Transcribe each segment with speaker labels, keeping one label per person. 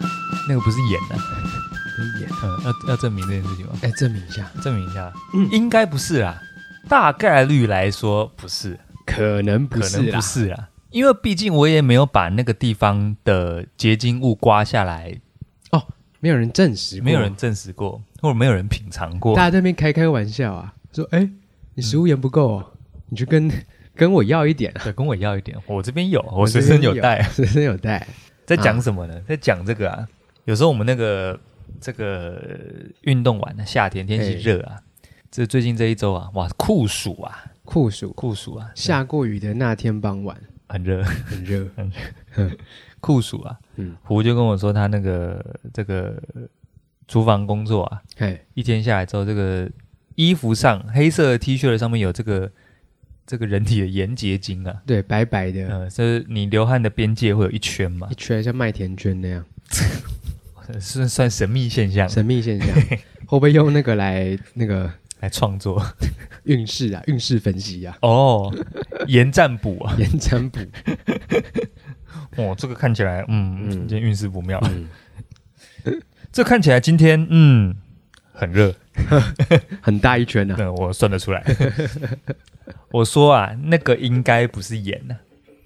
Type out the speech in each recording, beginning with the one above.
Speaker 1: 不是演的、
Speaker 2: 跟演，
Speaker 1: 嗯，要要证明这件事情吗？
Speaker 2: 哎，证明一下，嗯
Speaker 1: 证明一下，应该不是啦，大概率来说不是，
Speaker 2: 可能不
Speaker 1: 可
Speaker 2: 是啊
Speaker 1: 能
Speaker 2: 啦
Speaker 1: 不，是啦，因为毕竟我也没有把那个地方的结晶物刮下来，
Speaker 2: 没有人证实过，
Speaker 1: 没有人，证实过，或者没有人品尝过
Speaker 2: 大。家在那边开开玩笑啊，说哎，
Speaker 1: 嗯
Speaker 2: 你食物盐不够哦，你去跟 跟我要一点啊，
Speaker 1: 对，跟我要一点，我这边有，我
Speaker 2: 这
Speaker 1: 随
Speaker 2: 边
Speaker 1: 身有带。
Speaker 2: 随身有啊带，
Speaker 1: 在讲什么呢？在讲这个啊，有时候我们那个这个运动完，啊夏天天气
Speaker 2: 哎
Speaker 1: 热啊，这最近这一周啊，哇，酷暑啊，
Speaker 2: 酷暑。
Speaker 1: 酷暑啊，
Speaker 2: 下过雨的那天傍晚
Speaker 1: 很热，
Speaker 2: 很热，
Speaker 1: 酷暑啊。
Speaker 2: 嗯
Speaker 1: 胡就跟我说，他那个这个厨房工作啊，
Speaker 2: 哎，
Speaker 1: 一天下来之后，这个衣服上黑色的 T 恤的上面有这个这个人体的盐结晶啊，
Speaker 2: 对，白白的，
Speaker 1: 呃，就是你流汗的边界会有一圈嘛
Speaker 2: 一，圈像麦田圈那样，
Speaker 1: 是算神秘现象
Speaker 2: 神秘 现象，会不会用那个来那个
Speaker 1: 来创作
Speaker 2: 运势啊，运势分析啊，
Speaker 1: 哦，盐占卜啊，
Speaker 2: 延展 补，
Speaker 1: 哦，这个看起来，嗯，
Speaker 2: 嗯
Speaker 1: 今天运势不妙，
Speaker 2: 嗯，
Speaker 1: 这看起来今天，嗯，很热，
Speaker 2: 很大一 圈啊，
Speaker 1: 那我算得出来。 我说啊，那个应该不是盐呐、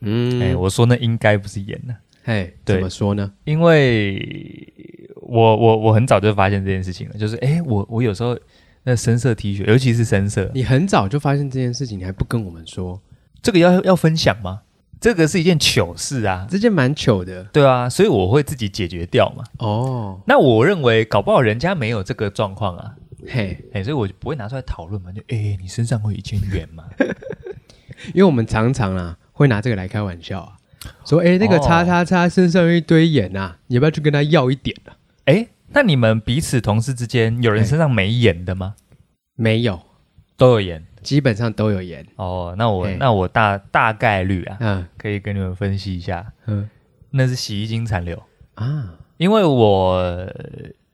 Speaker 2: 嗯，
Speaker 1: 哎、
Speaker 2: 哎，
Speaker 1: 我说那应该不是盐呐、
Speaker 2: 哎，
Speaker 1: 对
Speaker 2: 怎么说呢？
Speaker 1: 因为我我我很早就发现这件事情了，就是哎、我我有时候那深色 T 恤，尤其是深色，
Speaker 2: 你很早就发现这件事情，你还不跟我们说，
Speaker 1: 这个要要分享吗？这个是一件糗事啊，
Speaker 2: 这件蛮糗的
Speaker 1: 对啊，所以我会自己解决掉嘛。
Speaker 2: 哦，
Speaker 1: 那我认为搞不好人家没有这个状况啊，
Speaker 2: 嘿，
Speaker 1: 哎、所以我就不会拿出来讨论嘛，就哎、你身上会有一千元吗？
Speaker 2: 因为我们常常啊会拿这个来开玩笑啊，说哎那个
Speaker 1: 哦
Speaker 2: 叉叉叉身上有一堆盐啊，你要不要去跟他要一点啊？
Speaker 1: 哎、那你们彼此同事之间有人
Speaker 2: 哎
Speaker 1: 身上没盐的吗？
Speaker 2: 没有，
Speaker 1: 都有盐
Speaker 2: 基本上都有盐，
Speaker 1: 哦，那我
Speaker 2: 哎
Speaker 1: 那我大大概率啊，
Speaker 2: 嗯
Speaker 1: 可以跟你们分析一下，
Speaker 2: 嗯
Speaker 1: 那是洗衣精残留。
Speaker 2: 啊，
Speaker 1: 因为我呃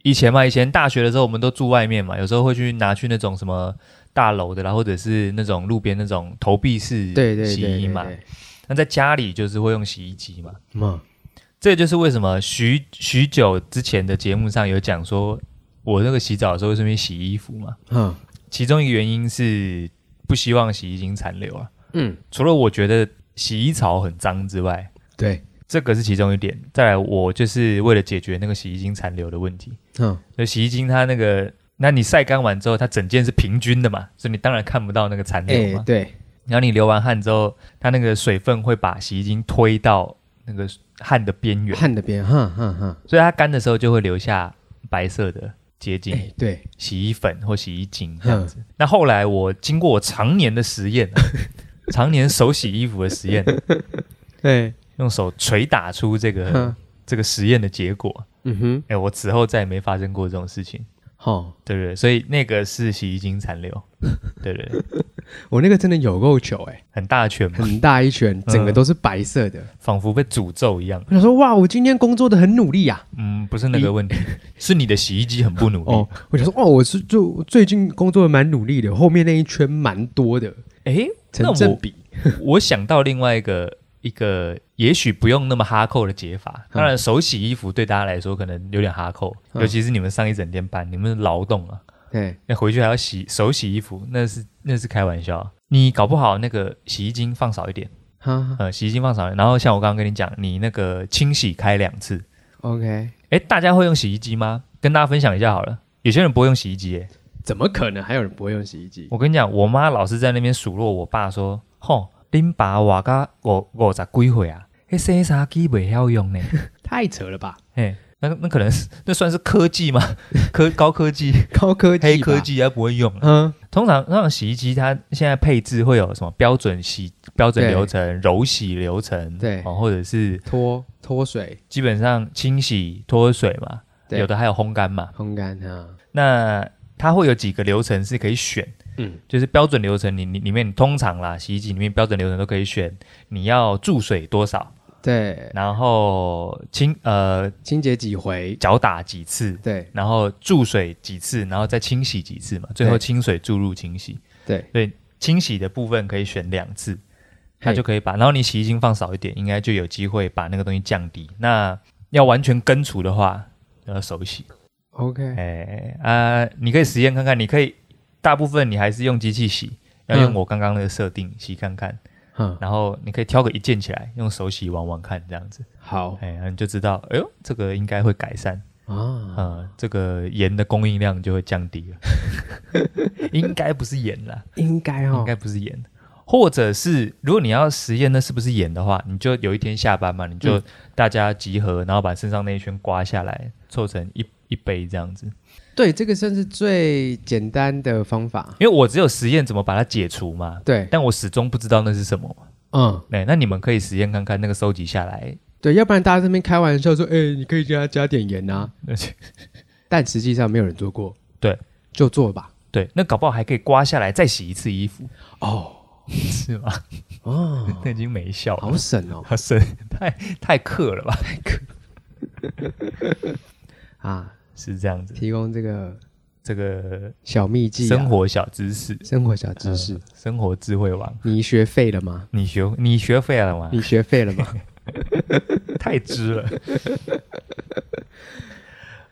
Speaker 1: 以前嘛，以前大学的时候，我们都住外面嘛，有时候会去拿去那种什么大楼的啦，或者是那种路边那种投币式
Speaker 2: 对对对
Speaker 1: 洗衣嘛。
Speaker 2: 对对
Speaker 1: 那在家里就是会用洗衣机嘛。
Speaker 2: 嗯，
Speaker 1: 这就是为什么许许久之前的节目上有讲说，我那个洗澡的时候会顺便洗衣服嘛。
Speaker 2: 嗯
Speaker 1: 其中一个原因是不希望洗衣精残留啊。
Speaker 2: 嗯，
Speaker 1: 除了我觉得洗衣槽很脏之外，
Speaker 2: 对，
Speaker 1: 这个是其中一点。再来，我就是为了解决那个洗衣精残留的问题，
Speaker 2: 嗯
Speaker 1: 就洗衣精它那个，那你晒干完之后，它整件是平均的嘛，所以你当然看不到那个残
Speaker 2: 哎、
Speaker 1: 留嘛。
Speaker 2: 对，
Speaker 1: 然后你流完汗之后，它那个水分会把洗衣精推到那个汗的边缘，
Speaker 2: 汗的边，嗯哈哈哈，
Speaker 1: 所以它干的时候就会留下白色的结晶、
Speaker 2: 哎、嗯对，
Speaker 1: 洗衣粉或洗衣精这样子。那后来我经过我常年的实验、啊常年手洗衣服的实验，
Speaker 2: 对，
Speaker 1: 用手捶打出这个、
Speaker 2: 嗯
Speaker 1: 这个实验的结果。
Speaker 2: 嗯哼，
Speaker 1: 哎，我此后再也没发生过这种事情，
Speaker 2: 好、
Speaker 1: 对不对？所以那个是洗衣精残 留，对不对？
Speaker 2: 我那个真的有够糗哎、
Speaker 1: 很大圈嘛，
Speaker 2: 很大一圈，整个都是白色的。
Speaker 1: 仿佛被诅咒一样。
Speaker 2: 嗯我想说，哇，我今天工作的很努力啊呀、
Speaker 1: 嗯，不是那个问题，是你的洗衣机很不努力。
Speaker 2: 哦，我想说，哦，我是就最近工作的蛮努力的，后面那一圈蛮多的，
Speaker 1: 哎，那
Speaker 2: 成正
Speaker 1: 我
Speaker 2: 比。
Speaker 1: 我想到另外一个一个，也许不用那么哈扣的解法。当然，手洗衣服对大家来说可能有点哈扣，
Speaker 2: 嗯
Speaker 1: 尤其是你们上一整天班，你们的劳动啊，
Speaker 2: 哎，
Speaker 1: 那回去还要洗手洗衣服，那是那是开玩笑啊。你搞不好那个洗衣精放少一点，
Speaker 2: 哈哈
Speaker 1: 呃，洗衣精放少一点，然后像我刚刚跟你讲，你那个清洗开两次。
Speaker 2: ，OK，
Speaker 1: 哎，大家会用洗衣机吗？跟大家分享一下好了。有些人不会用洗衣机、诶
Speaker 2: 怎么可能还有人不会用洗衣机？
Speaker 1: 我跟你讲，我妈老是在那边数落我爸说：“吼，恁爸活到五五十几岁啊，迄洗衫机袂晓用呢。
Speaker 2: 太扯了吧，”
Speaker 1: 嘿，那那可能是那算是科技吗？ 科高科技、
Speaker 2: 高科技，
Speaker 1: 黑科，技还不会用。
Speaker 2: 嗯，
Speaker 1: 通常那种洗衣机，它现在配置会有什么标准洗、标准
Speaker 2: 对
Speaker 1: 流程、柔洗流程，
Speaker 2: 对
Speaker 1: 哦，或者是
Speaker 2: 脱脱水，
Speaker 1: 基本上清洗、脱水嘛，
Speaker 2: 对
Speaker 1: 有的还有烘干嘛。
Speaker 2: 烘干哈，
Speaker 1: 那它会有几个流程是可以选。
Speaker 2: 嗯，
Speaker 1: 就是标准流程，你你里面你通常啦，洗衣机里面标准流程都可以选你要注水多少，
Speaker 2: 对，
Speaker 1: 然后清呃
Speaker 2: 清洁几回，
Speaker 1: 搅打几次，
Speaker 2: 对
Speaker 1: 然后注水几次，然后再清洗几次嘛，最后
Speaker 2: 对
Speaker 1: 清水注入清洗，
Speaker 2: 对，
Speaker 1: 所以清洗的部分可以选两次，它
Speaker 2: 嘿
Speaker 1: 就可以把，然后你洗衣精放少一点，应该就有机会把那个东西降低。那要完全根除的话，然后手洗。
Speaker 2: OK，
Speaker 1: 哎啊，你可以实验看看，你可以大部分你还是用机器洗，要用
Speaker 2: 嗯
Speaker 1: 我刚刚那个设定洗看看，
Speaker 2: 嗯，
Speaker 1: 然后你可以挑个一件起来，用手洗玩玩看，这样子，
Speaker 2: 好
Speaker 1: 哎，你就知道，哎呦，这个应该会改善，
Speaker 2: 啊，
Speaker 1: 呃，这个盐的供应量就会降低了， 应该不是盐啦，
Speaker 2: 应该
Speaker 1: 应
Speaker 2: 哦
Speaker 1: 该，不是盐。或者是，如果你要实验那是不是盐的话，你就有一天下班嘛，你就
Speaker 2: 嗯
Speaker 1: 大家集合，然后把身上那一圈刮下来，凑成一一杯这样子。
Speaker 2: 对，这个算是最简单的方法。
Speaker 1: 因为我只有实验怎么把它解除嘛，
Speaker 2: 对，
Speaker 1: 但我始终不知道那是什么。
Speaker 2: 嗯，
Speaker 1: 哎，那你们可以实验看看那个收集下来，
Speaker 2: 对，要不然大家这边开玩笑说，哎、你可以加加点盐啊，但实际上没有人做过。
Speaker 1: 对，
Speaker 2: 就做吧。
Speaker 1: 对，那搞不好还可以刮下来再洗一次衣服，
Speaker 2: 哦
Speaker 1: 是吗？
Speaker 2: 哦，
Speaker 1: 那已经没效了，
Speaker 2: 好省哦
Speaker 1: 好神， 太太克了吧？
Speaker 2: 啊！
Speaker 1: 是这样子，
Speaker 2: 提供这个
Speaker 1: 这个
Speaker 2: 小秘籍、啊，
Speaker 1: 生活小知识，
Speaker 2: 生活小知识，
Speaker 1: 呃生活智慧王，
Speaker 2: 你学废了吗？
Speaker 1: 你学你学废了吗？
Speaker 2: 你学废了 吗？
Speaker 1: 太知了。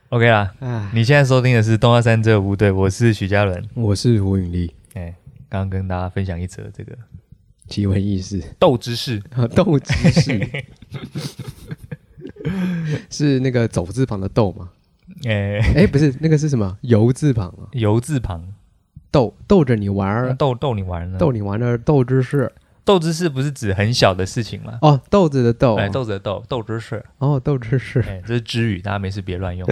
Speaker 1: OK 啦，
Speaker 2: 啊，
Speaker 1: 你现在收听的是《东华三这部队》，我是许嘉伦。
Speaker 2: 我是胡允丽，
Speaker 1: 哎、刚刚跟大家分享一则这个
Speaker 2: 奇闻异事，
Speaker 1: 斗知识，
Speaker 2: 啊，斗知 识，是那个走字旁的斗吗？
Speaker 1: 哎、
Speaker 2: 哎，不是，那个是什么？游字旁啊，
Speaker 1: 游字旁，
Speaker 2: 斗斗着你玩儿，
Speaker 1: 斗斗你玩呢？
Speaker 2: 斗你玩的斗知识
Speaker 1: 斗知识不是指很小的事情吗？
Speaker 2: 哦，豆子的豆，
Speaker 1: 哎、斗着斗，斗知识，
Speaker 2: 哦，斗知识
Speaker 1: 哎、这是知语，大家没事别乱 用，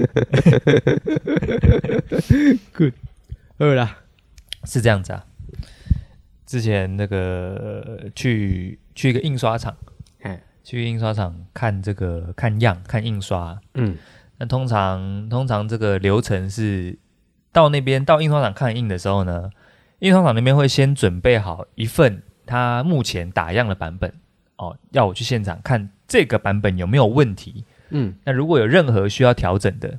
Speaker 2: 饿了，
Speaker 1: 是这样子啊。之前那个呃去去一个印刷厂，
Speaker 2: 哎，
Speaker 1: 去印刷厂看这个看样看印刷。啊
Speaker 2: 嗯，
Speaker 1: 那通常通常这个流程是到那边到印刷厂看印的时候呢，印刷厂那边会先准备好一份他目前打样的版本哦，要我去现场看这个版本有没有问题。
Speaker 2: 嗯，
Speaker 1: 那如果有任何需要调整的，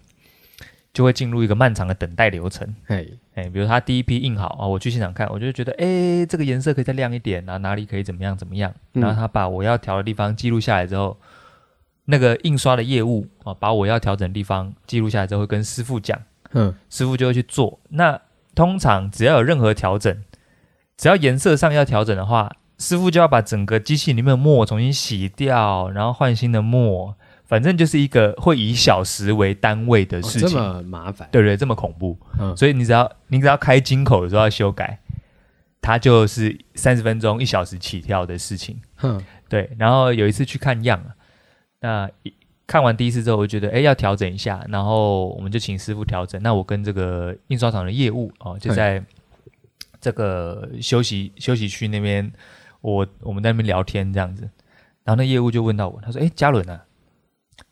Speaker 1: 就会进入一个漫长的等待流程。
Speaker 2: 哎，
Speaker 1: 哎，比如他第一批印好啊、我去现场看，我就觉得，哎，这个颜色可以再亮一点啊，哪里可以怎么样怎么样。
Speaker 2: 嗯
Speaker 1: 然后他把我要调的地方记录下来之后，那个印刷的业务啊、把我要调整的地方记录下来之后，会跟师傅讲，
Speaker 2: 嗯，
Speaker 1: 师傅就会去做。那通常只要有任何调整，只要颜色上要调整的话，师傅就要把整个机器里面的墨重新洗掉，然后换新的墨，反正就是一个会以小时为单位的
Speaker 2: 哦
Speaker 1: 事
Speaker 2: 这
Speaker 1: 情。
Speaker 2: 么麻烦，
Speaker 1: 对不对，这么恐怖。
Speaker 2: 嗯，
Speaker 1: 所以你只要你只要开金口的时候要修改，它就是三十分钟一小时起跳的事情。
Speaker 2: 哼，
Speaker 1: 对，然后有一次去看样啊，那一看完第一次之后，我就觉得哎要调整一下，然后我们就请师傅调整。那我跟这个印刷厂的业务哦，就
Speaker 2: 嗯
Speaker 1: 在这个休息休息区那边，我我们在那边聊天这样子，然后那业务就问到我，他说：“哎，嘉伦啊，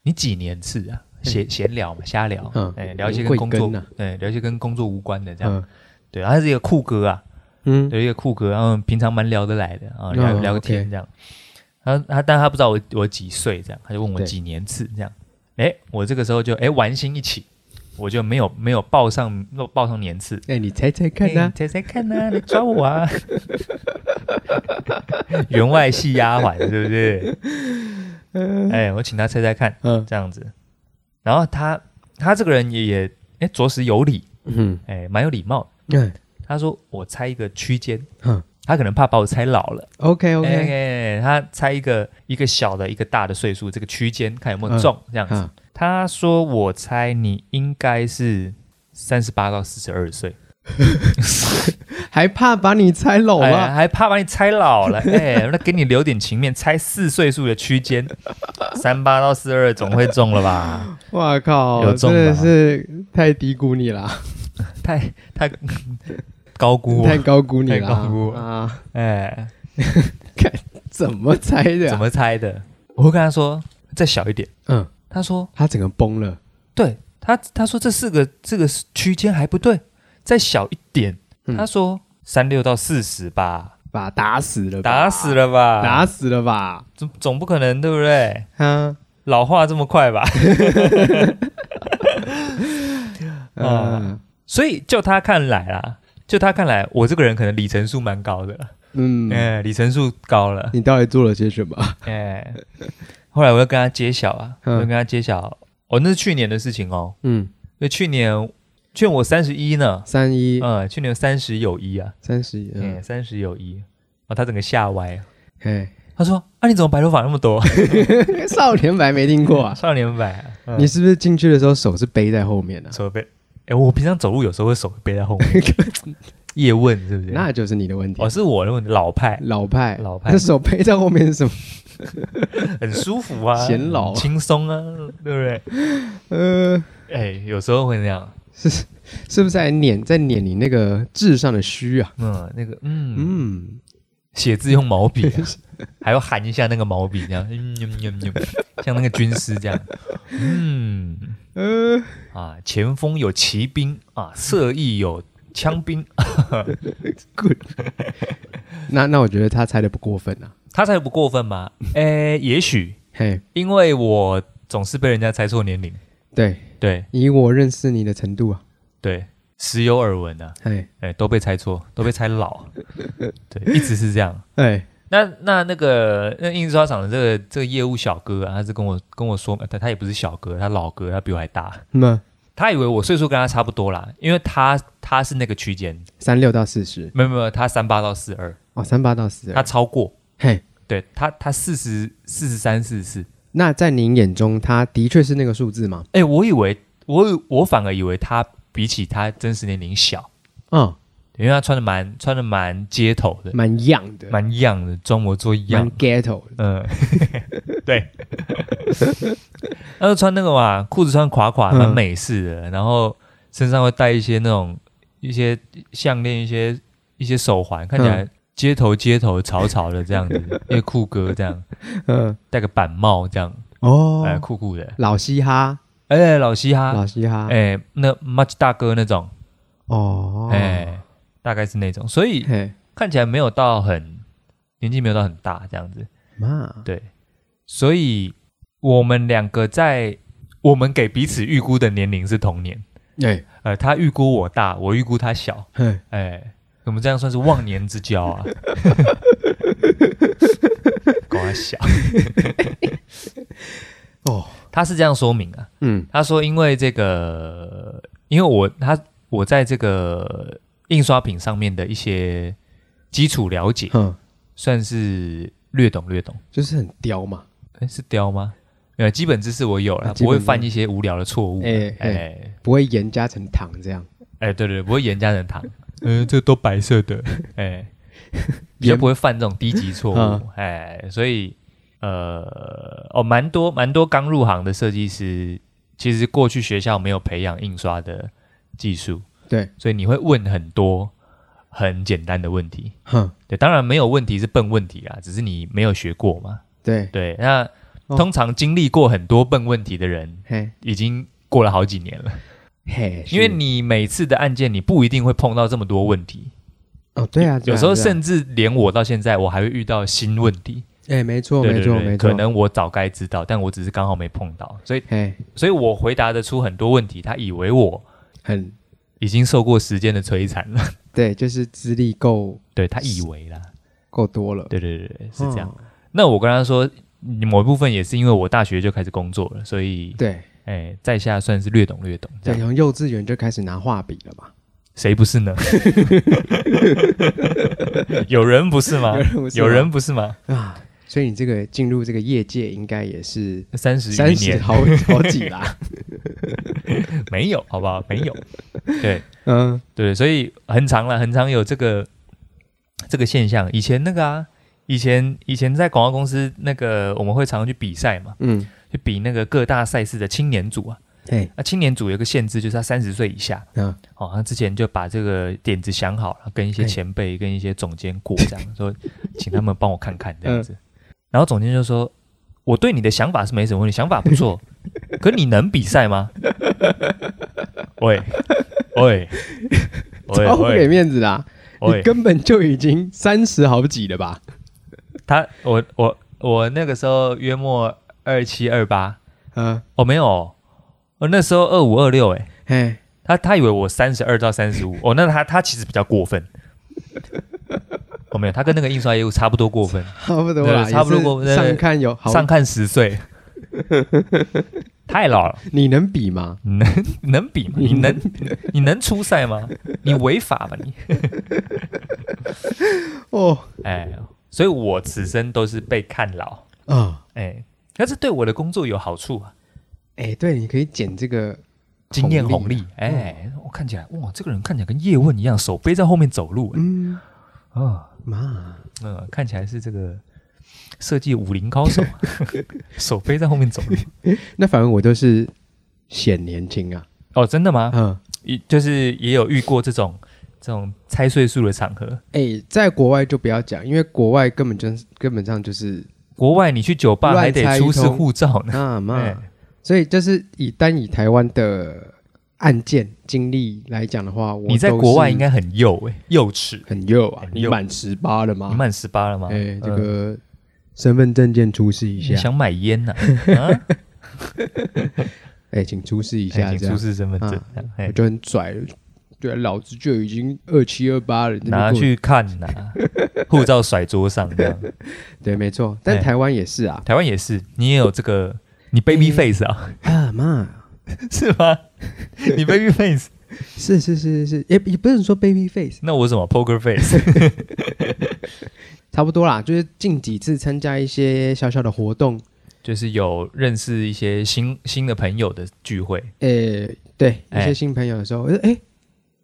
Speaker 1: 你几年次啊？”闲闲聊嘛，瞎聊，
Speaker 2: 嗯
Speaker 1: 哎、聊一些
Speaker 2: 贵
Speaker 1: 跟工作
Speaker 2: 庚，啊
Speaker 1: 对，聊一些跟工作无关的这样。
Speaker 2: 嗯
Speaker 1: 对，他是一个酷哥啊，
Speaker 2: 嗯，
Speaker 1: 有一个酷哥，然后平常蛮聊得来的啊，
Speaker 2: 嗯
Speaker 1: 聊聊个天
Speaker 2: OK
Speaker 1: 这样。他他，但他不知道我我几岁这样，他就问我
Speaker 2: 对
Speaker 1: 几年次这样。哎，我这个时候就哎玩心一起，我就没有没有报上报上年次。
Speaker 2: 哎，你猜猜看
Speaker 1: 哎
Speaker 2: 呐
Speaker 1: 你，猜猜看呐、你抓我啊！ 员外系丫鬟是不是？ 哎，我请他猜猜看，
Speaker 2: 嗯
Speaker 1: 这样子。然后他他这个人也也哎着实有理，
Speaker 2: 嗯
Speaker 1: 哎蛮有礼貌的。
Speaker 2: 嗯
Speaker 1: 他说我猜一个区间，
Speaker 2: 哼
Speaker 1: 他可能怕把我猜老了。
Speaker 2: ，OK
Speaker 1: 哎
Speaker 2: OK，
Speaker 1: 哎他猜一个一个小的，一个大的岁数，这个区间看有没有中、这样子。
Speaker 2: 啊，
Speaker 1: 他说我猜你应该是三十八到四十二岁，
Speaker 2: 还怕把你猜
Speaker 1: 好
Speaker 2: 漏
Speaker 1: 哎，
Speaker 2: 啊？
Speaker 1: 还怕把你猜老了， 哎，那给你留点情面，猜四岁数的区 间，三八到四二总会中了吧？
Speaker 2: 哇靠，
Speaker 1: 有中
Speaker 2: 真
Speaker 1: 吧
Speaker 2: 的是太低估你了，
Speaker 1: 太太高估
Speaker 2: 太
Speaker 1: 我，
Speaker 2: 高估你
Speaker 1: 太高估
Speaker 2: 了
Speaker 1: 我
Speaker 2: 啊！
Speaker 1: 哎，
Speaker 2: 怎么猜的
Speaker 1: 怎
Speaker 2: 啊？
Speaker 1: 么猜的？我会跟他说再小一点，
Speaker 2: 嗯，
Speaker 1: 他说
Speaker 2: 他整个崩了，
Speaker 1: 对他，他说这四个这个区间还不对，再小一点。
Speaker 2: 嗯
Speaker 1: 他说三六到四十吧，
Speaker 2: 把打死了吧，
Speaker 1: 打死了吧，
Speaker 2: 打死了吧？
Speaker 1: 总总不可能对不对？
Speaker 2: 啊，
Speaker 1: 老化这么快吧？
Speaker 2: 嗯
Speaker 1: 所以就他看来啦，就他看来，我这个人可能里程数蛮高的了，
Speaker 2: 嗯，
Speaker 1: 哎、里程数高 了，嗯
Speaker 2: 你到底做了些什么？
Speaker 1: 哎、后来我就跟他揭晓啊，
Speaker 2: 嗯
Speaker 1: 我就跟他揭晓，哦，那是去年的事情哦，
Speaker 2: 嗯，
Speaker 1: 因为去年劝我三十一呢，
Speaker 2: 三一
Speaker 1: 嗯，去年三十有一啊，
Speaker 2: 三十一，嗯
Speaker 1: 嗯，三十有一，啊，他整个吓歪，
Speaker 2: 嘿，
Speaker 1: 他说啊，你怎么白头发那么多？？
Speaker 2: 少年白没听过啊
Speaker 1: 少年白啊，嗯
Speaker 2: 你是不是进去的时候手是背在后面的、啊
Speaker 1: 手背，哎，我平常走路有时候会手背在 后面，叶问是不是？
Speaker 2: 那就是你的问题。
Speaker 1: 哦，是我的问题，老派，
Speaker 2: 老派，
Speaker 1: 老派
Speaker 2: 那手背在后面是什么？
Speaker 1: 很舒服啊，
Speaker 2: 显老
Speaker 1: 很轻松啊，对不对？
Speaker 2: 呃，
Speaker 1: 哎，有时候会那样，
Speaker 2: 是不是在撵在撵你那个智上的虚啊？
Speaker 1: 嗯，那个，嗯，
Speaker 2: 嗯，
Speaker 1: 写字用毛笔 啊，还要含一下那个毛笔，这样，嗯嗯嗯嗯像那个军师这样，嗯，
Speaker 2: 呃，
Speaker 1: 啊，前锋有骑兵啊，侧翼有枪兵，啊
Speaker 2: 那那我觉得他猜的不过分啊。
Speaker 1: 他才不过分吧？哎，也许，
Speaker 2: 嘿，
Speaker 1: 因为我总是被人家猜错年龄，
Speaker 2: 对，
Speaker 1: 对
Speaker 2: 以我认识你的程度啊，
Speaker 1: 对，时有耳闻啊，
Speaker 2: 嘿，
Speaker 1: 哎，都被猜错，都被猜老，对，一直是这样。
Speaker 2: 哎，
Speaker 1: 那那那个那印刷厂的这个这个业务小哥啊，他是跟我跟我说，呃他他也不是小哥，他老哥，他比我还大。
Speaker 2: 那
Speaker 1: 他以为我岁数跟他差不多啦，因为他他是那个区间，
Speaker 2: 三六到四十
Speaker 1: 没有没有，他三八到四二，
Speaker 2: 哦，三八到四
Speaker 1: 他超过，
Speaker 2: 嘿，
Speaker 1: 对他他四十四十三四十四，
Speaker 2: 那在您眼中，他的确是那个数字吗？
Speaker 1: 哎，我以为我以我反而以为他比起他真实年龄小，
Speaker 2: 嗯，
Speaker 1: 因为他穿的蛮穿的蛮街头的，
Speaker 2: 蛮样的，
Speaker 1: 蛮样的，装模作样
Speaker 2: 嗯蛮，ghetto 的。
Speaker 1: 嗯， 对，他就穿那个嘛，裤子穿垮垮，
Speaker 2: 嗯
Speaker 1: 蛮美式的，然后身上会带一些那种一些项链、一些一些手环，看起
Speaker 2: 嗯
Speaker 1: 来街头街头潮潮的这样 子，一个酷哥这样，
Speaker 2: 嗯，
Speaker 1: 戴个板帽这样，哎、
Speaker 2: 哦，
Speaker 1: 酷酷的，
Speaker 2: 老嘻哈，
Speaker 1: 哎、老嘻哈，
Speaker 2: 老嘻哈，
Speaker 1: 哎、那 Much 大哥那种，
Speaker 2: 哦，
Speaker 1: 哎、大概是那种，所以
Speaker 2: 嘿，
Speaker 1: 看起来没有到很年纪没有到很大这样子，
Speaker 2: 妈，
Speaker 1: 对，所以我们两个在我们给彼此预估的年龄是同年，
Speaker 2: 哎，
Speaker 1: 呃，他预估我大，我预估他小，
Speaker 2: 嘿，
Speaker 1: 哎，我们这样算是忘年之交啊。狗还小，
Speaker 2: 哦，
Speaker 1: 他是这样说明啊，
Speaker 2: 嗯，
Speaker 1: 他说因为这个，因为我他我在这个印刷品上面的一些基础了解，
Speaker 2: 哼，
Speaker 1: 算是略懂略懂。
Speaker 2: 就是很刁嘛，
Speaker 1: 哎，是雕吗？呃，基本知识我有了，
Speaker 2: 啊基
Speaker 1: 不
Speaker 2: 本
Speaker 1: 会犯一些无聊的错误。哎
Speaker 2: 哎
Speaker 1: 哎
Speaker 2: 不会盐加成糖这样，
Speaker 1: 哎，对对，对不会严加人糖。 嗯，这都白色的。哎， 也不会犯这种低级错误
Speaker 2: 嗯。
Speaker 1: 哎，所以呃，哦，蛮多蛮多刚入行的设计师，其实过去学校没有培养印刷的技术，
Speaker 2: 对，
Speaker 1: 所以你会问很多很简单的问题。
Speaker 2: 哼，
Speaker 1: 对，当然没有问题是笨问题啦，只是你没有学过嘛。
Speaker 2: 对，
Speaker 1: 对，那
Speaker 2: 哦
Speaker 1: 通常经历过很多笨问题的人，
Speaker 2: 嘿，
Speaker 1: 已经过了好几年了，
Speaker 2: 嘿，是
Speaker 1: 因为你每次的案件，你不一定会碰到这么多问题。
Speaker 2: 哦，对啊，对啊
Speaker 1: 有时候，
Speaker 2: 对啊
Speaker 1: 甚至连我到现在，我还会遇到新问题。
Speaker 2: 哎，没错，
Speaker 1: 对
Speaker 2: 没
Speaker 1: 对
Speaker 2: 错，
Speaker 1: 对，
Speaker 2: 没错，
Speaker 1: 可，能我早该知道，但我只是刚好没碰到，所以，
Speaker 2: 嘿，
Speaker 1: 所以我回答得出很多问题，他以为我
Speaker 2: 很，
Speaker 1: 已经受过时间的摧残了，
Speaker 2: 对，就是资历够
Speaker 1: 对他以为啦，
Speaker 2: 够多了，
Speaker 1: 对对对对，是这样。
Speaker 2: 嗯，
Speaker 1: 那我跟他说，嗯某一部分也是因为我大学就开始工作了，所以，
Speaker 2: 对，
Speaker 1: 哎，在下算是略懂略懂这
Speaker 2: 对，
Speaker 1: 样，
Speaker 2: 从幼稚园就开始拿画笔了嘛，
Speaker 1: 谁不 是呢？有人不是吗？
Speaker 2: 人
Speaker 1: 啊有人不是吗？
Speaker 2: 啊，所以你这个进入这个业界应该也是
Speaker 1: 三十余
Speaker 2: 三十
Speaker 1: 年
Speaker 2: 好好几啦。
Speaker 1: 没有，好不好？没有，对
Speaker 2: 嗯，
Speaker 1: 对，所以很长了，很长有这个这个现象。以前那个啊，以前以前在广告公司那个，我们会常常去比赛嘛，
Speaker 2: 嗯，
Speaker 1: 去比那个各大赛事的青年组啊。
Speaker 2: 哎，
Speaker 1: 啊，青年组有一个限制，就是他三十岁以下。
Speaker 2: 嗯，哎
Speaker 1: 哦，他之前就把这个点子想好了，跟一些前辈、跟一些总监过这 样说，请他们帮我看看这
Speaker 2: 嗯
Speaker 1: 样子。然后总监就说：“我对你的想法是没什么问题，想法不 错，可你能比赛吗？”喂喂喂
Speaker 2: 超不给
Speaker 1: 喂
Speaker 2: 面子啦！你
Speaker 1: 喂，
Speaker 2: 根本就已经三十好几了吧？
Speaker 1: 他我我我那个时候约莫二七二八，
Speaker 2: 嗯，
Speaker 1: 哦没有，我那时候二五二六哎。
Speaker 2: 哎，
Speaker 1: 他他以为我三十二到三十五，哦，那他他其实比较过分。哦，没有，他跟那个印刷业务差不多过分，
Speaker 2: 差不多啦，
Speaker 1: 对差不多
Speaker 2: 也是
Speaker 1: 对对对
Speaker 2: 上看有好
Speaker 1: 上看十岁。太老了，
Speaker 2: 你能比吗？
Speaker 1: 能能比吗？你 能你能出赛吗？你违法吧你？
Speaker 2: 哦，
Speaker 1: 哎，所以我此生都是被看老，
Speaker 2: 啊，
Speaker 1: 哎，但是对我的工作有好处啊，
Speaker 2: 哎，对，你可以剪这个
Speaker 1: 经验红利，哎，我看起来哇，这个人看起来跟叶问一样，手背在后面走路，
Speaker 2: 嗯，
Speaker 1: 哎啊，
Speaker 2: 妈，
Speaker 1: 嗯，看起来是这个设计武林高 手，手背在后面走路。
Speaker 2: 那反正我都是显年轻啊，
Speaker 1: 哦，真的吗？
Speaker 2: 嗯，
Speaker 1: 也就是也有遇过这种这种猜岁数的场合。
Speaker 2: 哎，在国外就不要讲，因为国外根本就根本上就是
Speaker 1: 国外你去酒吧还得出示护照呢。
Speaker 2: 啊妈
Speaker 1: 哎，
Speaker 2: 所以就是以单以台湾的案件经历来讲的话，我
Speaker 1: 你在
Speaker 2: 都
Speaker 1: 国外
Speaker 2: 是
Speaker 1: 应该很幼哎、幼齿。
Speaker 2: 很幼啊
Speaker 1: 很，
Speaker 2: 你
Speaker 1: 幼
Speaker 2: 满十八了吗？
Speaker 1: 你满十八了吗？
Speaker 2: 哎、这
Speaker 1: 嗯
Speaker 2: 个身份证件出示一
Speaker 1: 你
Speaker 2: 下，
Speaker 1: 想买烟 呐、啊？啊，
Speaker 2: 哎、请出示一
Speaker 1: 一
Speaker 2: 下，这
Speaker 1: 出
Speaker 2: 样、
Speaker 1: 示身份证
Speaker 2: 啊，
Speaker 1: 哎
Speaker 2: 我就很拽了。对啊，老子就已经二七二八了，你在那
Speaker 1: 拿
Speaker 2: 边给我
Speaker 1: 去看 呐、护照甩桌上这样。
Speaker 2: 对，没错。但
Speaker 1: 哎
Speaker 2: 台湾也是啊，
Speaker 1: 台湾也是，你也有这个，你
Speaker 2: 嗯
Speaker 1: baby face 啊，
Speaker 2: 啊妈，
Speaker 1: 是吗？你 baby face，
Speaker 2: 是是是是是，也也不能说 baby face，
Speaker 1: 那我什么 poker face？
Speaker 2: 差不多啦，就是近几次参加一些小小的活动，
Speaker 1: 就是有认识一些新新的朋友的聚会，
Speaker 2: 哎、对，一
Speaker 1: 哎
Speaker 2: 些新朋友的时候，我说哎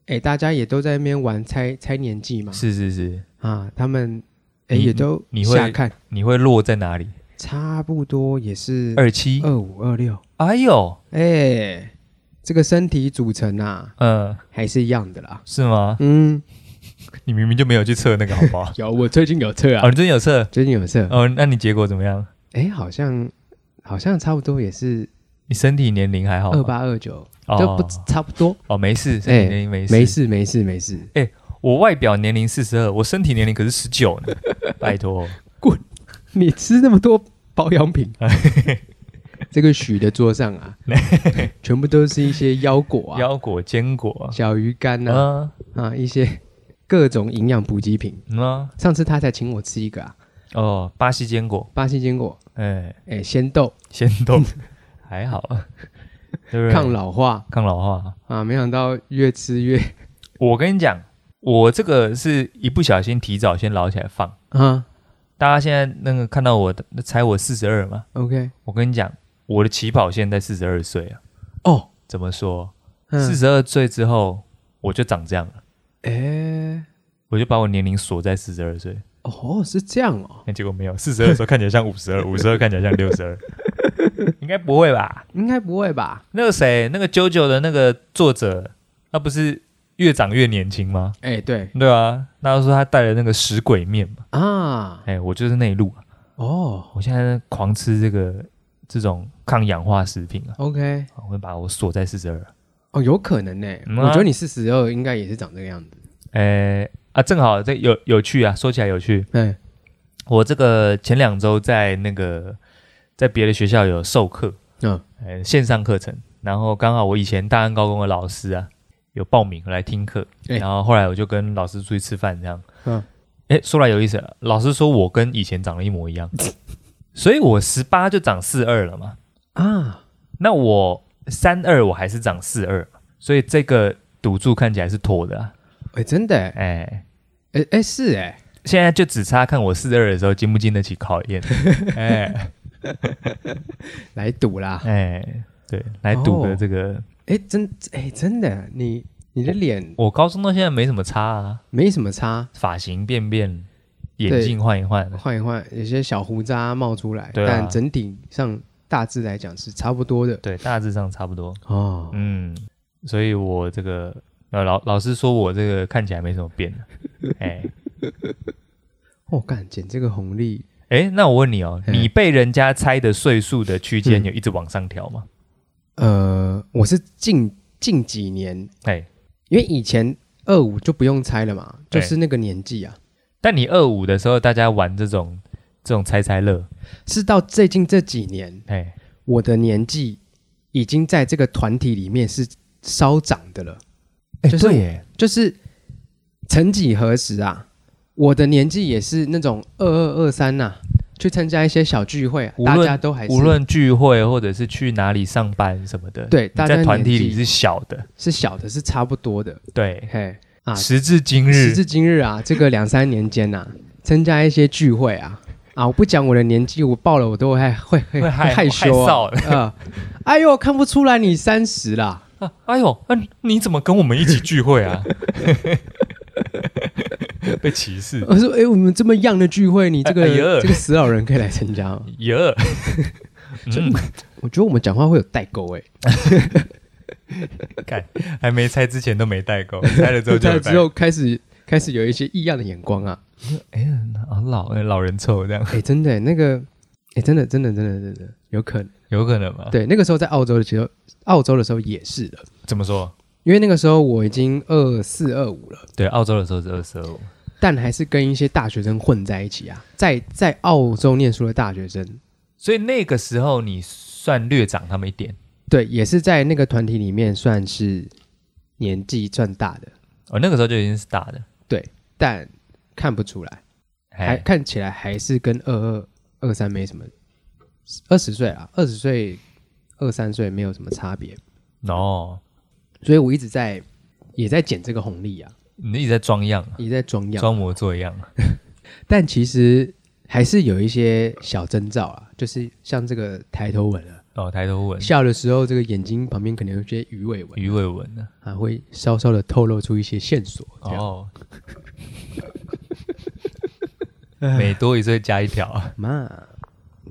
Speaker 2: 哎、大家也都在那边玩猜猜年纪嘛，
Speaker 1: 是是是，
Speaker 2: 啊，他们哎、
Speaker 1: 你
Speaker 2: 也都
Speaker 1: 你会
Speaker 2: 下看，
Speaker 1: 你会落在哪里？
Speaker 2: 差不多也是
Speaker 1: 二七，
Speaker 2: 二五二六，
Speaker 1: 哎呦，
Speaker 2: 哎，这个身体组成啊，
Speaker 1: 嗯，
Speaker 2: 还是一样的啦。
Speaker 1: 是吗？
Speaker 2: 嗯，
Speaker 1: 你明明就没有去测那个，好 不好？
Speaker 2: 有，我最近有测
Speaker 1: 哦，，你真有测？
Speaker 2: 最近有测，
Speaker 1: 哦，那你结果怎么样？
Speaker 2: 哎，好像好像差不多也是
Speaker 1: 你身体年龄还好吗？
Speaker 2: 二八二九，就不
Speaker 1: 哦
Speaker 2: 差不多，
Speaker 1: 哦，没事，身体年龄没事。
Speaker 2: 没事没事没事，
Speaker 1: 我外表年龄四十二，我身体年龄可是十九 呢，拜托。
Speaker 2: 你吃那么多保养 品。这个许的桌上 啊，全部都是一些腰果啊、
Speaker 1: 腰果、坚果，
Speaker 2: 小鱼干啊
Speaker 1: 嗯
Speaker 2: 啊，一些各种营养补给品。
Speaker 1: 嗯啊，
Speaker 2: 上次他才请我吃一个啊，
Speaker 1: 哦，巴西坚果，
Speaker 2: 巴西坚果，
Speaker 1: 哎，
Speaker 2: 哎，鲜豆，
Speaker 1: 鲜 豆，还好，啊对不对？
Speaker 2: 抗老化
Speaker 1: 抗老化。
Speaker 2: 啊，没想到越吃越
Speaker 1: 我跟你讲，我这个是一不小心提早先捞起来放。
Speaker 2: 啊
Speaker 1: 大家现在那个看到我的，猜我四十二嘛？
Speaker 2: ，OK，
Speaker 1: 我跟你讲，我的起跑线在四十二岁啊。
Speaker 2: 哦，
Speaker 1: 怎么说？四
Speaker 2: 嗯，
Speaker 1: 十二岁之后我就长这样了，
Speaker 2: 哎，
Speaker 1: 我就把我年龄锁在四十二岁。
Speaker 2: 哦，是这样哦，
Speaker 1: 那、结果没有，四十二的时候看起来像五十 二，五十二看起来像六十二，应该不会吧？
Speaker 2: 应该不会吧？
Speaker 1: 那个谁，那个九九的那个作者，他不是越长越年轻吗？
Speaker 2: 哎，对
Speaker 1: 对啊，那时说他戴了那个食鬼面嘛，
Speaker 2: 啊，
Speaker 1: 哎、我就是那一路啊，
Speaker 2: 哦
Speaker 1: 我现在狂吃这个这种抗氧化食品啊，
Speaker 2: ，OK，
Speaker 1: 我会把我锁在四十二，
Speaker 2: 哦，有可能呢，
Speaker 1: 嗯啊
Speaker 2: 我觉得你四十二应该也是长这个样子，
Speaker 1: 哎啊，正好这有有趣啊，说起来有趣，
Speaker 2: 哎，
Speaker 1: 我这个前两周在那个在别的学校有授课，
Speaker 2: 嗯，
Speaker 1: 呃，线上课程，然后刚好我以前大安高工的老师啊有报名来听课，
Speaker 2: 哎
Speaker 1: 然后后来我就跟老师出去吃饭，这样，
Speaker 2: 嗯，
Speaker 1: 哎，说来有意思，老师说我跟以前长得一模一 样，所以我十八就长四二了嘛，
Speaker 2: 啊，
Speaker 1: 那我三二我还是长四二，所以这个赌注看起来是妥的、啊，
Speaker 2: 哎，真的，
Speaker 1: 哎，
Speaker 2: 哎哎是哎，
Speaker 1: 现在就只差看我四二的时候经不经得起考 验，哎
Speaker 2: 来赌啦，
Speaker 1: 哎，对，来赌
Speaker 2: 哦
Speaker 1: 个这个，
Speaker 2: 哎真哎真的，你你的脸
Speaker 1: 我高中到现在没什么差啊，
Speaker 2: 没什么差，
Speaker 1: 发型变变，眼
Speaker 2: 对
Speaker 1: 镜换一换，
Speaker 2: 换一换，有些小胡渣冒出来，
Speaker 1: 对啊
Speaker 2: 但整体上大致来讲是差不多的
Speaker 1: 对，大致上差不多，
Speaker 2: 哦。
Speaker 1: 嗯，所以我这个呃老老师说我这个看起来没什么变的，哎
Speaker 2: 我、哦干，剪这个红利，
Speaker 1: 哎，那我问你 哦，
Speaker 2: 嗯
Speaker 1: 你被人家猜的岁数的区间
Speaker 2: 嗯
Speaker 1: 有一直往上调吗？
Speaker 2: 呃，我是近近几年，
Speaker 1: 哎，
Speaker 2: 因为以前二五就不用猜了嘛，就
Speaker 1: 对
Speaker 2: 是那个年纪啊，
Speaker 1: 但你二五的时候，大家玩这种这种猜猜乐，
Speaker 2: 是到最近这几年，
Speaker 1: 哎，
Speaker 2: 我的年纪已经在这个团体里面是稍长的了，
Speaker 1: 哎
Speaker 2: 就是
Speaker 1: 对耶，
Speaker 2: 就是曾几何时啊，我的年纪也是那种二二二三呐，去参加一些小聚会啊，
Speaker 1: 无
Speaker 2: 大
Speaker 1: 论
Speaker 2: 家都还是
Speaker 1: 无论聚会或者是去哪里上班什么的，
Speaker 2: 对
Speaker 1: 你
Speaker 2: 大家
Speaker 1: 在团体
Speaker 2: 年纪
Speaker 1: 里是小的，
Speaker 2: 是小的，是差不多的。
Speaker 1: 对。
Speaker 2: 嘿啊，
Speaker 1: 时至今
Speaker 2: 时
Speaker 1: 日，
Speaker 2: 至今日啊，这个两三年间呐、啊，参加一些聚会啊，啊，我不讲我的年纪，我报了我都会会会
Speaker 1: 会害
Speaker 2: 害羞啊
Speaker 1: 害，
Speaker 2: 啊、哎呦，看不出来你三十啦，
Speaker 1: 啊哎呦，那、你怎么跟我们一起聚会 啊？被歧视，
Speaker 2: 我说哎，我们这么样的聚会，你这个、
Speaker 1: 哎哎呦
Speaker 2: 这个死老人可以来参加吗？
Speaker 1: 耶、嗯，
Speaker 2: 我觉得我们讲话会有代沟哎、
Speaker 1: 看嗯还没拆之前都没代购，拆了之 后就有
Speaker 2: 在
Speaker 1: 代
Speaker 2: 之
Speaker 1: 沟
Speaker 2: 后开始开始有一些异样的眼光啊，
Speaker 1: 哎呀，好老老人臭这样，
Speaker 2: 哎，真的、那个，哎，真的真的真的真的有可能，
Speaker 1: 有可能吗？，
Speaker 2: 对，那个时候在澳洲的时候，澳洲的时候也是的，
Speaker 1: 怎么说？
Speaker 2: 因为那个时候我已经二四二五了。
Speaker 1: 对，澳洲的时候是二十五，
Speaker 2: 但还是跟一些大学生混在一起啊，在在澳洲念书的大学生，
Speaker 1: 所以那个时候你算略长他们一点
Speaker 2: 对，也是在那个团体里面算是年纪算大的，
Speaker 1: 哦，那个时候就已经是大的，
Speaker 2: 但看不出来，还
Speaker 1: 哎，
Speaker 2: 看起来还是跟二二二三没什么，二十岁啊，二十岁二三岁没有什么差别，
Speaker 1: 哦，
Speaker 2: 所以我一直在也在捡这个红利啊，
Speaker 1: 你一直在装样，
Speaker 2: 也在装样，
Speaker 1: 装模作样，
Speaker 2: 但其实还是有一些小征兆啊，就是像这个抬头纹啊，
Speaker 1: 哦，抬头纹、
Speaker 2: 笑的时候这个眼睛旁边可能有些鱼尾纹。
Speaker 1: 鱼尾纹呢？
Speaker 2: 啊，会稍稍的透露出一些线索。这样，
Speaker 1: 哦，每多一岁加一条啊，
Speaker 2: 嘛、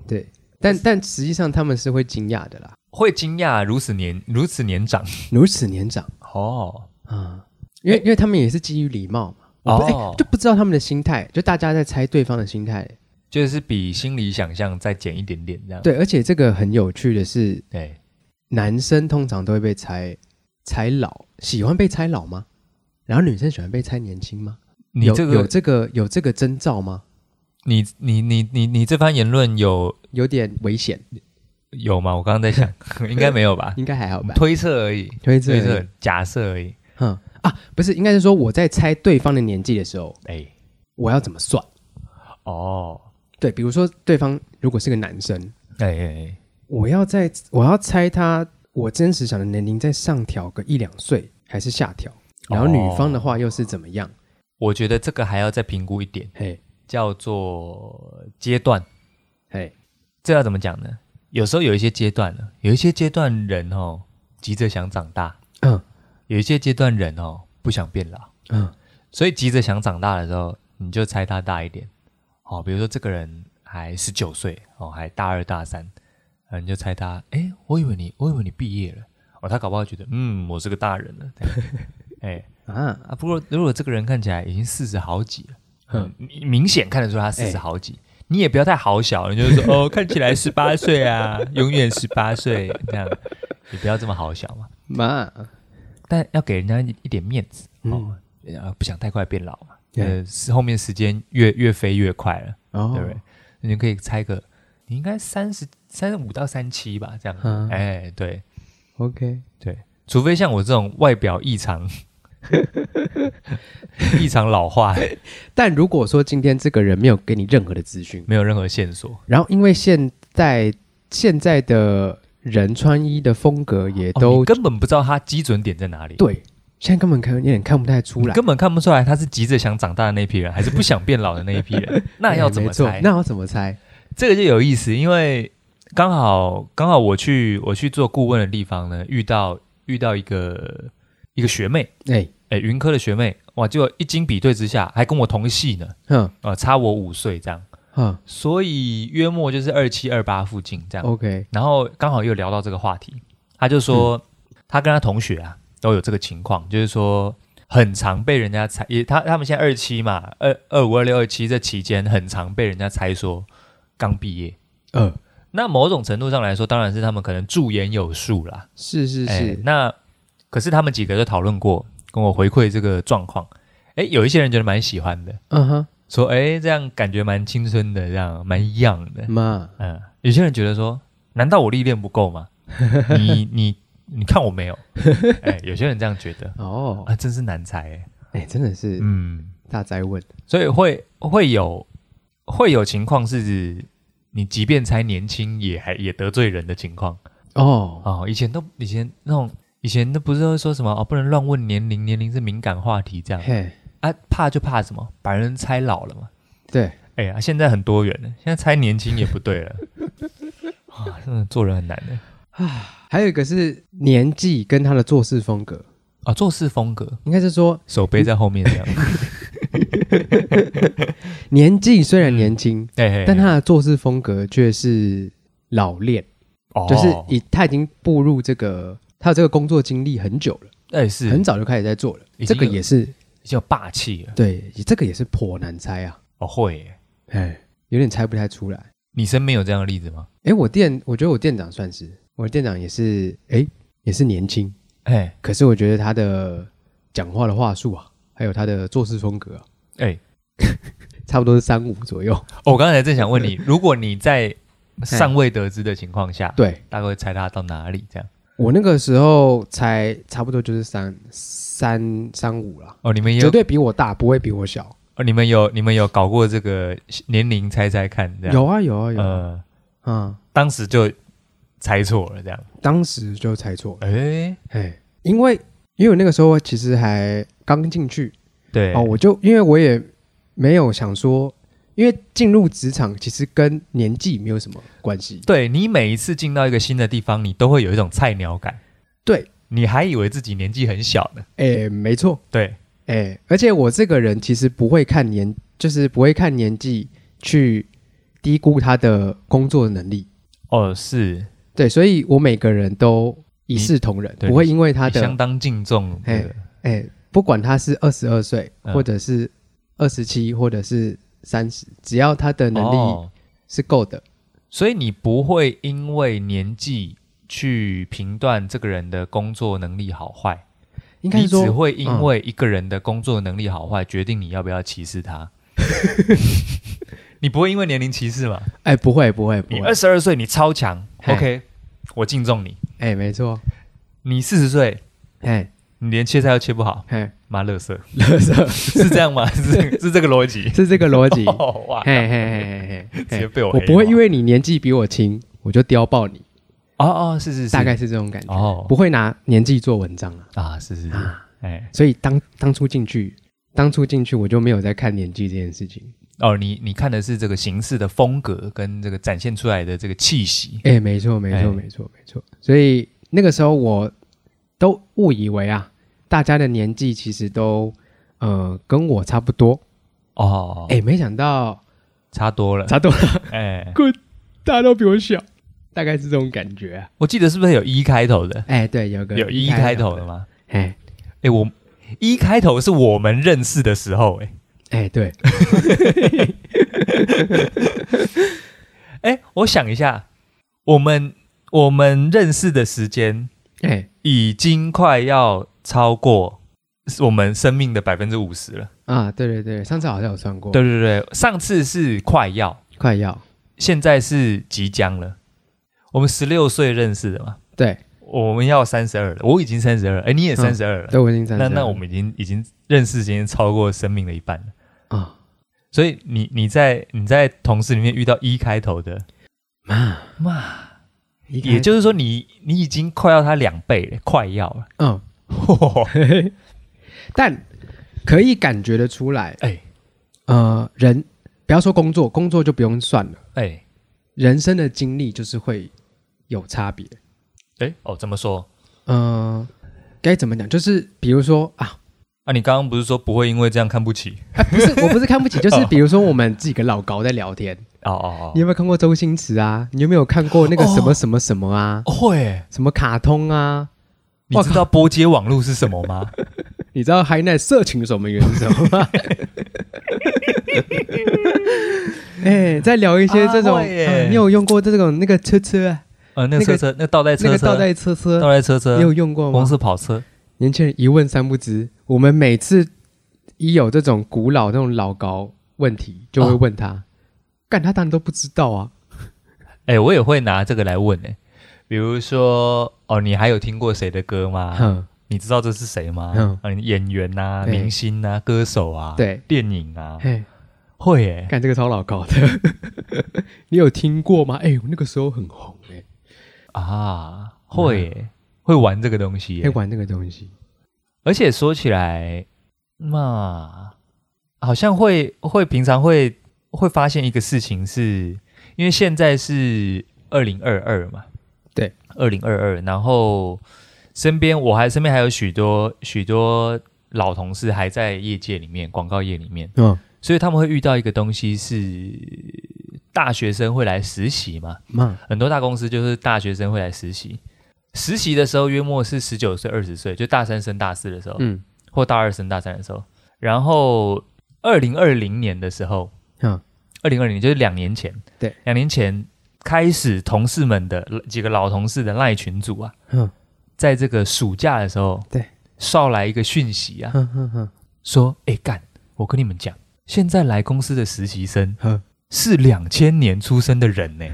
Speaker 2: 对，但但实际上他们是会惊讶的啦，
Speaker 1: 会惊讶如此年如此年长
Speaker 2: 如此年长
Speaker 1: 哦，
Speaker 2: 啊，因为、因为他们也是基于礼貌嘛，我不、
Speaker 1: 哦
Speaker 2: 哎就不知道他们的心态，就大家在猜对方的心态。
Speaker 1: 就是比心理想象再减一点点这样，
Speaker 2: 对，而且这个很有趣的是，
Speaker 1: 对，
Speaker 2: 男生通常都会被猜猜老，喜欢被猜老吗？然后女生喜欢被猜年轻吗？
Speaker 1: 你
Speaker 2: 有
Speaker 1: 这
Speaker 2: 有
Speaker 1: 个
Speaker 2: 这个有这个征兆吗？
Speaker 1: 你你你你你这番言论有
Speaker 2: 有点危险，
Speaker 1: 有吗？我刚刚在 想，应该没有吧？
Speaker 2: 应该还好
Speaker 1: 我们
Speaker 2: 吧？
Speaker 1: 推测而已，
Speaker 2: 推
Speaker 1: 推
Speaker 2: 而已
Speaker 1: 测假设而已。
Speaker 2: 哼啊，不是，应该是说我在猜对方的年纪的时候，
Speaker 1: 哎、
Speaker 2: 我要怎么算？
Speaker 1: 哦，
Speaker 2: 对，比如说对方如果是个男生，
Speaker 1: 哎哎哎，
Speaker 2: 我要在我要猜他我真实想的年龄再上调个一两岁还是下调，然后女方的话又是怎么样？
Speaker 1: 哦我觉得这个还要再评估一点，
Speaker 2: 嘿，
Speaker 1: 叫做阶段。
Speaker 2: 嘿，
Speaker 1: 这要怎么讲呢？有时候有一些阶段呢，有一些阶段人哦急着想长大，
Speaker 2: 嗯
Speaker 1: 有一些阶段人哦不想变老，
Speaker 2: 嗯，
Speaker 1: 所以急着想长大的时候，你就猜他大一点。哦，比如说这个人还十九岁，哦，还大二大三，呃你就猜他，哎，我以为你，我以为你毕业了，哦，他搞不好觉得，嗯，我是个大人了，这 样哎
Speaker 2: 啊，
Speaker 1: 啊，不过如果这个人看起来已经四十好几了，嗯
Speaker 2: 嗯，
Speaker 1: 你明显看得出他四十好 几，你也不要太好小，你就是说，哦，看起来十八岁啊， 永远十八岁这样，你不要这么好小嘛，
Speaker 2: 妈，
Speaker 1: 但要给人家一一点面子，哦
Speaker 2: 嗯，
Speaker 1: 呃，不想太快变老嘛，
Speaker 2: 对
Speaker 1: 呃，是后面时间越越飞越快了，
Speaker 2: 哦，
Speaker 1: 对不对？你可以猜个，你应该三十三五到三七吧，这样，
Speaker 2: 嗯
Speaker 1: 哎，对
Speaker 2: o k
Speaker 1: 对，除非像我这种外表异 常异常老化，
Speaker 2: 但如果说今天这个人没有给你任何的资讯，
Speaker 1: 没有任何线索，
Speaker 2: 然后因为现在现在的人穿衣的风格也
Speaker 1: 哦
Speaker 2: 都、
Speaker 1: 你根本不知道他基准点在哪里，
Speaker 2: 对，现在根本看有点看不太出
Speaker 1: 你
Speaker 2: 来。
Speaker 1: 根本看不出来他是急着想长大的那批人，还是不想变老的那一批 人，那要
Speaker 2: 哎
Speaker 1: 怎么
Speaker 2: 没错
Speaker 1: 猜？
Speaker 2: 那要怎么猜？
Speaker 1: 这个就有意思，因为刚好刚好我去我去做顾问的地方呢，遇到遇到一个一个学妹，
Speaker 2: 哎，
Speaker 1: 哎，云科的学妹，哇，结果一经比对之下，还跟我同系呢，
Speaker 2: 哼
Speaker 1: 呃，差我五岁这样，
Speaker 2: 哼
Speaker 1: 所以约莫就是二七二八附近这样。
Speaker 2: ，OK，
Speaker 1: 然后刚好又聊到这个话题，他就说、
Speaker 2: 嗯
Speaker 1: 他跟他同学啊都有这个情况，就是说很常被人家猜，也他他们现在二七嘛，二二五二六二七这期间很常被人家猜说刚毕业。
Speaker 2: 呃，
Speaker 1: 那某种程度上来说，当然是他们可能驻颜有术啦。
Speaker 2: 是是
Speaker 1: 哎
Speaker 2: 是，
Speaker 1: 那可是他们几个就讨论过，跟我回馈这个状况。哎，有一些人觉得蛮喜欢的，
Speaker 2: 嗯哼，
Speaker 1: 说哎这样感觉蛮青春的，这样蛮 young 的。
Speaker 2: 妈，
Speaker 1: 嗯，有些人觉得说，难道我历练不够吗？你你你看我没有？哎，有些人这样觉得
Speaker 2: 哦，
Speaker 1: 啊，真是难猜哎。
Speaker 2: 哎，真的是
Speaker 1: 嗯，
Speaker 2: 大灾问，
Speaker 1: 所以会会有会有情况是你即便才年轻，也还也得罪人的情况
Speaker 2: 哦，
Speaker 1: 哦。以前都以前那种以前那不是会说什么哦，不能乱问年龄，年龄是敏感话题这样
Speaker 2: 嘿，
Speaker 1: 啊，怕就怕什么，把人猜老了嘛。
Speaker 2: 对，
Speaker 1: 哎呀，现在很多元了，现在猜年轻也不对了啊，真的做人很难的
Speaker 2: 还有一个是年纪跟他的做事风格，
Speaker 1: 啊。做事风格，
Speaker 2: 应该是说
Speaker 1: 手背在后面这样，
Speaker 2: 年纪虽
Speaker 1: 嗯
Speaker 2: 然年轻，
Speaker 1: 嘿嘿嘿
Speaker 2: 但他的做事风格却是老练，
Speaker 1: 哦
Speaker 2: 就是已他已经步入这个他有这个工作经历很久了，
Speaker 1: 哎是
Speaker 2: 很早就开始在做了，
Speaker 1: 已
Speaker 2: 这
Speaker 1: 经
Speaker 2: 个也是
Speaker 1: 已经有霸气了，
Speaker 2: 对，这个也是颇难猜啊，
Speaker 1: 哦会耶，
Speaker 2: 哎，有点猜不太出来。
Speaker 1: 你身边有这样的例子吗？
Speaker 2: 哎，我店，我觉得我店长算是，我店长也是，哎，也是年轻，
Speaker 1: 哎
Speaker 2: 可是我觉得他的讲话的话术啊，还有他的做事风格啊，
Speaker 1: 哎，
Speaker 2: 差不多是三五左右。
Speaker 1: 哦我刚才正想 问你，如果你在尚未得知的情况下，
Speaker 2: 对
Speaker 1: 大概会猜他到哪里这样？
Speaker 2: 我那个时候才差不多就是三三三五啦，
Speaker 1: 哦，你们也
Speaker 2: 绝
Speaker 1: 有，
Speaker 2: 对比我大，不会比我小。
Speaker 1: 哦你们有，你们有搞过这个年龄猜猜看这样？
Speaker 2: 有啊有啊有啊，
Speaker 1: 呃，
Speaker 2: 嗯，
Speaker 1: 当时就猜错了这样。
Speaker 2: 当时就猜错了，
Speaker 1: 哎，
Speaker 2: 哎，因为因为我那个时候其实还刚进去，
Speaker 1: 对，
Speaker 2: 哦，我就因为我也没有想说，因为进入职场其实跟年纪没有什么关系。
Speaker 1: 对你每一次进到一个新的地方，你都会有一种菜鸟感。
Speaker 2: 对，
Speaker 1: 你还以为自己年纪很小呢。
Speaker 2: 哎，没错，
Speaker 1: 对，
Speaker 2: 哎，而且我这个人其实不会看年，就是不会看年纪去低估他的工作能力。
Speaker 1: 哦，是
Speaker 2: 对，所以我每个人都一视同仁，
Speaker 1: 对
Speaker 2: 不会因为他
Speaker 1: 你相
Speaker 2: 的
Speaker 1: 当敬重
Speaker 2: 哎
Speaker 1: 的。
Speaker 2: 哎，不管他是二十二岁，
Speaker 1: 嗯
Speaker 2: 或者是二十七，或者是三十，只要他的能力
Speaker 1: 哦，
Speaker 2: 是够的，
Speaker 1: 所以你不会因为年纪去评断这个人的工作能力好坏，
Speaker 2: 应该
Speaker 1: 你只
Speaker 2: 说
Speaker 1: 会因
Speaker 2: 嗯
Speaker 1: 为一个人的工作能力好坏决定你要不要歧视 他。你不会因为年龄歧视嘛？
Speaker 2: 哎，不会不会不
Speaker 1: 你
Speaker 2: 会
Speaker 1: 二，十二岁，你超强
Speaker 2: 嘿
Speaker 1: ，OK，我敬重你。
Speaker 2: 哎，没错，
Speaker 1: 你四十岁，
Speaker 2: 哎。
Speaker 1: 你连切菜都切不好，
Speaker 2: 嘿，
Speaker 1: 妈乐色，
Speaker 2: 乐色
Speaker 1: 是这样吗？是是这个逻辑？
Speaker 2: 是这个逻 辑。
Speaker 1: 哦哇，
Speaker 2: 嘿嘿嘿嘿嘿
Speaker 1: 直接
Speaker 2: 嘿，
Speaker 1: 被我
Speaker 2: 我
Speaker 1: 黑
Speaker 2: 不会
Speaker 1: 化
Speaker 2: 因为你年纪比我轻，我就刁爆你，
Speaker 1: 哦哦，是是是，
Speaker 2: 大概是这种感觉，
Speaker 1: 哦
Speaker 2: 不会拿年纪做文章啊。
Speaker 1: 啊，是是是，
Speaker 2: 啊，
Speaker 1: 哎
Speaker 2: 所以当当初进去，当初进去我就没有在看年纪这件事情。
Speaker 1: 哦，你你看的是这个形式的风格跟这个展现出来的这个气息，
Speaker 2: 哎，没错，没
Speaker 1: 哎
Speaker 2: 错，没错，没错。所以那个时候我都误以为啊，大家的年纪其实都呃跟我差不多。
Speaker 1: 哦，
Speaker 2: 哎，没想到
Speaker 1: 差多了，
Speaker 2: 差多了，
Speaker 1: 哎，
Speaker 2: 大家都比我小，大概是这种感觉啊。
Speaker 1: 我记得是不是有一开头的，
Speaker 2: 哎，对，有个
Speaker 1: 有一开头的吗？
Speaker 2: 哎
Speaker 1: 哎，我一开头是我们认识的时候，哎
Speaker 2: 哎，对，
Speaker 1: 哎，我想一下，我们我们认识的时间
Speaker 2: 哎，
Speaker 1: 已经快要超过我们生命的百分之五十了。
Speaker 2: 啊，对对对，上次好像有算过，
Speaker 1: 对，对对，上次是快要，
Speaker 2: 快要，
Speaker 1: 现在是即将了。我们十六岁认识的嘛，
Speaker 2: 对，
Speaker 1: 我们要三十二了，我已经三十二，哎，你也
Speaker 2: 嗯
Speaker 1: 三十二了。
Speaker 2: 对我已经三十
Speaker 1: 那
Speaker 2: 二了，
Speaker 1: 那我们已经已经认识时间超过生命的一半了，
Speaker 2: 啊，
Speaker 1: 所以你你在你在同事里面遇到一开头的，
Speaker 2: 妈，
Speaker 1: 哇，
Speaker 2: 一开
Speaker 1: 也就是说你你已经快要他两倍了，快要了，
Speaker 2: 嗯，
Speaker 1: 嚯
Speaker 2: 但可以感觉得出来，
Speaker 1: 哎
Speaker 2: 呃，人不要说工作，工作就不用算了，
Speaker 1: 哎
Speaker 2: 人生的经历就是会有差别，
Speaker 1: 哎哦，怎么说？
Speaker 2: 嗯，该怎么讲？就是比如说啊，
Speaker 1: 啊，你刚刚不是说不会因为这样看不起？
Speaker 2: 啊 不是，我不是看不起，就是比如说我们几个老高在聊天，
Speaker 1: 哦哦
Speaker 2: 你有没有看过周星驰啊？你有没有看过那个什么什么什么啊？
Speaker 1: 哦，会耶，
Speaker 2: 什么卡通啊？
Speaker 1: 你知道波接网络是什么 吗？
Speaker 2: 你知道 High Net 社群守门员是什么 吗？哎、在聊一些这种、
Speaker 1: 啊会耶
Speaker 2: 呃你有用过这种那个车车啊，
Speaker 1: 呃，那个车车，那个倒带
Speaker 2: 那
Speaker 1: 车
Speaker 2: 个
Speaker 1: 车，
Speaker 2: 倒带车车，
Speaker 1: 倒带车车
Speaker 2: 你，有用过啊
Speaker 1: 公
Speaker 2: 吗？
Speaker 1: 司跑车，
Speaker 2: 年轻人一问三不知。我们每次一有这种古老那种老高问题，就会问
Speaker 1: 啊
Speaker 2: 他，干、他当然都不知道啊。
Speaker 1: 哎，我也会拿这个来问哎，比如说哦，你还有听过谁的歌吗？
Speaker 2: 哼，
Speaker 1: 你知道这是谁吗哦
Speaker 2: 嗯？
Speaker 1: 嗯，演员呐，
Speaker 2: 对
Speaker 1: 明星呐，歌手啊，
Speaker 2: 对，
Speaker 1: 电影啊，
Speaker 2: 嘿，
Speaker 1: 会耶、
Speaker 2: 看这个超老高的， 你有听过吗？哎、我那个时候很红哎、
Speaker 1: 啊，
Speaker 2: 嗯
Speaker 1: 会耶、会玩这个东西耶、
Speaker 2: 会玩那个东西，
Speaker 1: 而且说起来，嘛，好像会会平常会会发现一个事情是，因为现在是二零二二嘛，
Speaker 2: 对，
Speaker 1: 二零二二，然后身边我还身边还有许多许多老同事还在业界里面，广告业里面，
Speaker 2: 嗯，
Speaker 1: 所以他们会遇到一个东西是大学生会来实习嘛，
Speaker 2: 嘛，
Speaker 1: 很多大公司就是大学生会来实习，实习的时候约莫是十九岁、二十岁，就大三升大四的时候，
Speaker 2: 嗯
Speaker 1: 或大二升大三的时候。然后二零二零年的时候，
Speaker 2: 嗯，
Speaker 1: 二零二零就是两年前，
Speaker 2: 对，
Speaker 1: 两年前开始，同事们的几个老同事的赖群组啊，
Speaker 2: 嗯
Speaker 1: 在这个暑假的时候，
Speaker 2: 对，嗯
Speaker 1: 捎来一个讯息啊，
Speaker 2: 哼哼哼
Speaker 1: 说，哎干，我跟你们讲，现在来公司的实习生
Speaker 2: 哼，
Speaker 1: 是两千年出生的人 呢、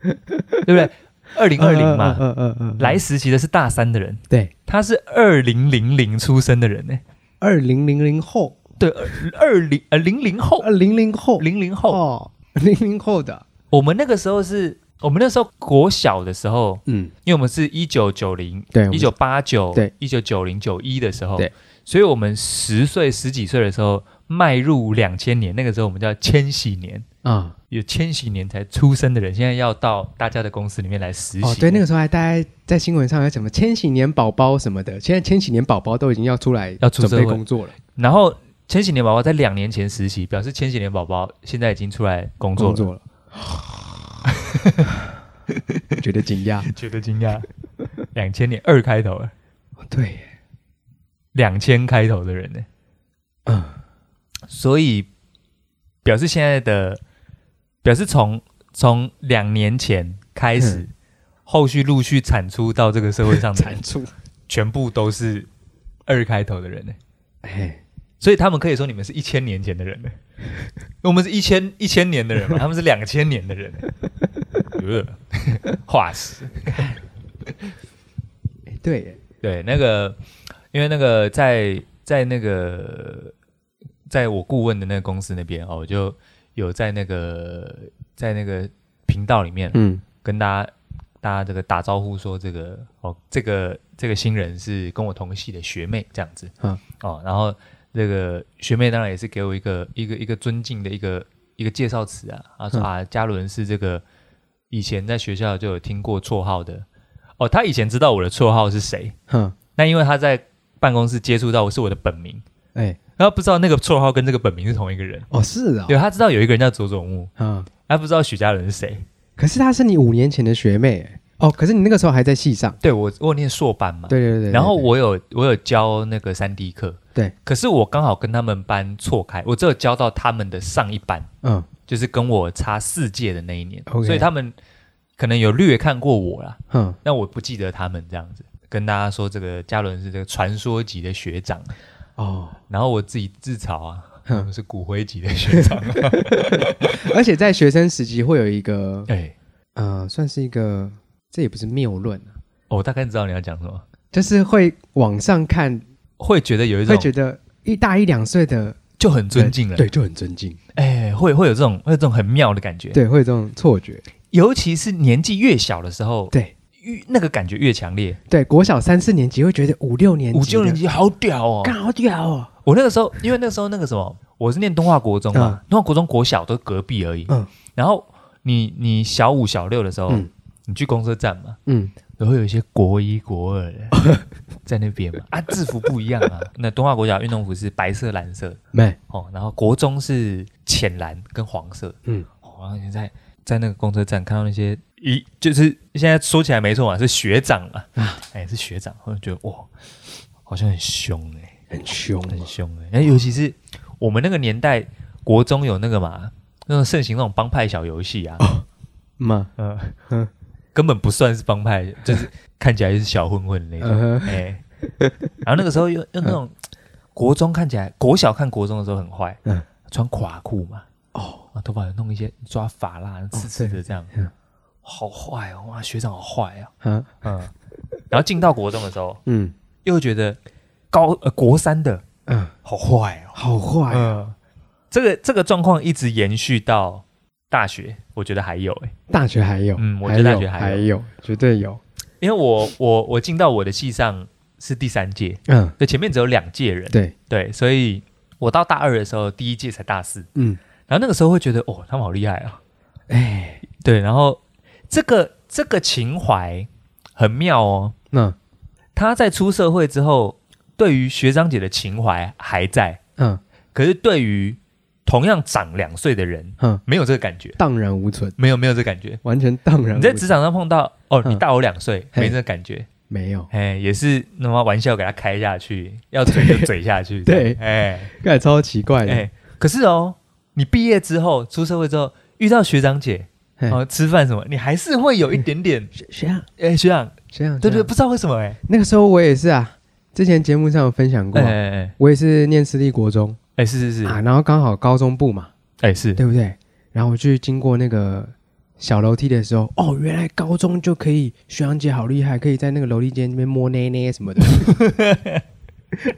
Speaker 1: 对不对？二 零二零嘛，
Speaker 2: 嗯嗯嗯，
Speaker 1: 来实习的是大三的人，
Speaker 2: 对，
Speaker 1: 他是二零零零出生的人呢、
Speaker 2: 二零零零后，
Speaker 1: 对，二零呃零零后，
Speaker 2: 二零零后，
Speaker 1: 零零后，
Speaker 2: 哦，零零后的，
Speaker 1: 我们那个时候是我们那时候国小的时候，
Speaker 2: 嗯，
Speaker 1: 因为我们是一九九零、
Speaker 2: 对，我
Speaker 1: 一
Speaker 2: 们
Speaker 1: 九八九、
Speaker 2: 对
Speaker 1: 一九九零、九一的时候，
Speaker 2: 对，
Speaker 1: 所以我们十岁、十几岁的时候迈入两千年，那个时候我们叫千禧年。
Speaker 2: 啊，
Speaker 1: 有千禧年才出生的人，现在要到大家的公司里面来实习。
Speaker 2: 哦，对，那个时候还大家在新闻上有什么千禧年宝宝什么的，现在千禧年宝宝都已经要出来
Speaker 1: 要出社
Speaker 2: 准
Speaker 1: 会
Speaker 2: 备工作了，
Speaker 1: 然后千禧年宝宝在两年前实习，表示千禧年宝宝现在已经出来工作
Speaker 2: 工
Speaker 1: 了，
Speaker 2: 作 了，觉得惊讶，
Speaker 1: 觉得惊讶。两千年二开头，
Speaker 2: 对耶，
Speaker 1: 两千开头的人呢，
Speaker 2: 嗯，
Speaker 1: 所以表示现在的表示从从两年前开始，后续陆续产出到这个社会上的人
Speaker 2: 嗯产，出，
Speaker 1: 全部都是二开头的人呢。
Speaker 2: 哎，
Speaker 1: 所以他们可以说你们是一千年前的人呢，我们是一千一千年的人嘛，他们是两千年的人呢，呃化石。
Speaker 2: 哎对耶，
Speaker 1: 对，那个因为那个在在那个在我顾问的那个公司那边哦，我就有在那个在那个频道里面、
Speaker 2: 嗯
Speaker 1: 跟大家大家这个打招呼说这个哦，这个这个新人是跟我同系的学妹这样子，
Speaker 2: 嗯
Speaker 1: 哦，然后这个学妹当然也是给我一个一个一个尊敬的一个一个介绍词啊，啊说
Speaker 2: 嗯
Speaker 1: 啊嘉伦是这个以前在学校就有听过绰号的，哦，他以前知道我的绰号是谁。
Speaker 2: 哼，
Speaker 1: 那因为他在办公室接触到我是我的本名，
Speaker 2: 哎，
Speaker 1: 然后不知道那个绰号跟这个本名是同一个人。
Speaker 2: 哦是啊，
Speaker 1: 对，他知道有一个人叫佐佐木，
Speaker 2: 嗯，
Speaker 1: 他不知道许家人是谁。
Speaker 2: 可是她是你五年前的学妹耶，哦，可是你那个时候还在戏上，
Speaker 1: 对我，我有念硕班嘛，
Speaker 2: 对对对对，
Speaker 1: 然后
Speaker 2: 对
Speaker 1: 我有我有教那个三 D 课，
Speaker 2: 对，
Speaker 1: 可是我刚好跟他们班错开，我只有教到他们的上一班，
Speaker 2: 嗯
Speaker 1: 就是跟我差四届的那一年
Speaker 2: OK
Speaker 1: 所以他们可能有略看过我啦，
Speaker 2: 哼，
Speaker 1: 但我不记得他们这样子。跟大家说，这个嘉伦是这个传说级的学长，
Speaker 2: 哦，
Speaker 1: 然后我自己自嘲啊，
Speaker 2: 嗯
Speaker 1: 我是骨灰级的学长。
Speaker 2: 而且在学生时期会有一个，
Speaker 1: 哎，
Speaker 2: 呃，算是一个，这也不是谬论啊，
Speaker 1: 我大概知道你要讲什么，
Speaker 2: 就是会往上看，
Speaker 1: 会觉得有一种
Speaker 2: 会觉得一大一两岁的
Speaker 1: 就很尊敬了，
Speaker 2: 对，，就很尊敬，
Speaker 1: 哎，会会有这种会有这种很妙的感觉，，
Speaker 2: 对，会有这种错觉，
Speaker 1: 尤其是年纪越小的时候，
Speaker 2: 对
Speaker 1: 越那个感觉越强烈。
Speaker 2: 对，国小三四年级会觉得五六年级的，
Speaker 1: 五六年级好屌哦！
Speaker 2: 干好屌哦，
Speaker 1: 我那个时候，因为那个时候那个什么，我是念东华国中嘛，东华国中国小都隔壁而已，
Speaker 2: 嗯
Speaker 1: 然后你你小五小六的时候，
Speaker 2: 嗯
Speaker 1: 你去公车站嘛，
Speaker 2: 嗯，
Speaker 1: 然后有一些国一、国二 的在那边嘛，啊，制服不一样啊。那东华国小运动服是白色、蓝色
Speaker 2: 没，
Speaker 1: 哦，然后国中是浅蓝跟黄色。
Speaker 2: 嗯，
Speaker 1: 哦，然后你在在那个公车站看到那些一就是现在说起来没错嘛，是学长嘛，哎，是学长，我就觉得哇，好像很凶哎、
Speaker 2: 很凶啊
Speaker 1: 很凶哎、那尤其是我们那个年代，国中有那个嘛，那种盛行那种帮派小游戏啊，
Speaker 2: 嘛，
Speaker 1: 嗯、
Speaker 2: 嗯
Speaker 1: 根本不算是帮派，就是看起来就是小混混那种。
Speaker 2: 嗯哼
Speaker 1: 哎，然后那个时候用用那种国中看起来，国小看国中的时候很坏，
Speaker 2: 嗯
Speaker 1: 穿垮裤嘛，
Speaker 2: 哦，
Speaker 1: 啊，头发有弄一些抓发蜡，刺刺的这样，
Speaker 2: 嗯
Speaker 1: 好坏哦，哇，学长好坏啊，
Speaker 2: 啊，
Speaker 1: 嗯，然后进到国中的时候，
Speaker 2: 嗯
Speaker 1: 又觉得高呃国三的
Speaker 2: 嗯，
Speaker 1: 好坏哦，
Speaker 2: 好坏，
Speaker 1: 嗯，这个这个状况一直延续到大学，我觉得还有哎、
Speaker 2: 大学还有，
Speaker 1: 嗯我
Speaker 2: 还
Speaker 1: 觉得大
Speaker 2: 有
Speaker 1: 学还
Speaker 2: 还
Speaker 1: 有
Speaker 2: 有，绝对有，
Speaker 1: 因为我我我进到我的系上是第三届，
Speaker 2: 嗯，
Speaker 1: 对，前面只有两届人，
Speaker 2: 对，
Speaker 1: 对，所以我到大二的时候，第一届才大四，
Speaker 2: 嗯，
Speaker 1: 然后那个时候会觉得哦，他们好厉害啊，
Speaker 2: 哎，
Speaker 1: 对，然后这个这个情怀很妙哦，
Speaker 2: 那
Speaker 1: 他在出社会之后，对于学长姐的情怀还在，
Speaker 2: 嗯，
Speaker 1: 可是对于同样长两岁的人，
Speaker 2: 嗯，
Speaker 1: 没有这个感觉，
Speaker 2: 荡然无存，
Speaker 1: 没有没有这个感觉。
Speaker 2: 完全荡然无
Speaker 1: 你在职场上碰到哦，
Speaker 2: 嗯
Speaker 1: 你大我两岁，
Speaker 2: 嘿
Speaker 1: 没这个感觉，
Speaker 2: 没有，
Speaker 1: 哎，也是那么玩笑给他开下去，要嘴就嘴下 去，
Speaker 2: 对
Speaker 1: 哎
Speaker 2: 感觉超奇怪的，
Speaker 1: 哎，可是哦，你毕业之后出社会之后遇到学长姐
Speaker 2: 嘿
Speaker 1: 哦，吃饭什么，你还是会有一点点
Speaker 2: 学学长
Speaker 1: 哎学长，
Speaker 2: 学长，
Speaker 1: 对
Speaker 2: 学
Speaker 1: 对，
Speaker 2: 长
Speaker 1: 不知道为什么哎，
Speaker 2: 啊那个时候我也是啊，之前节目上有分享过
Speaker 1: 哎
Speaker 2: 啊，
Speaker 1: 哎哎
Speaker 2: 我也是念私立国中
Speaker 1: 哎是是
Speaker 2: 啊，
Speaker 1: 是，
Speaker 2: 然后刚好高中部嘛，
Speaker 1: 哎是，
Speaker 2: 对不对？然后我去经过那个小楼梯的时候，哦，原来高中就可以，学长姐好厉害，可以在那个楼梯间那边摸捏捏 什么的。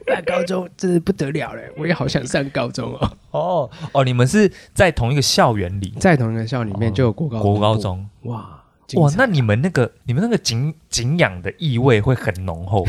Speaker 2: 那高中真的不得了了，我也好想上高中哦。
Speaker 1: 哦哦，你们是在同一个校园里，
Speaker 2: 在同一个校里面就有国高中部
Speaker 1: 哦国高，中
Speaker 2: 哇
Speaker 1: 哇
Speaker 2: 哇，，
Speaker 1: 那
Speaker 2: 那
Speaker 1: 你们那个你们那个景景仰的意味会很浓厚，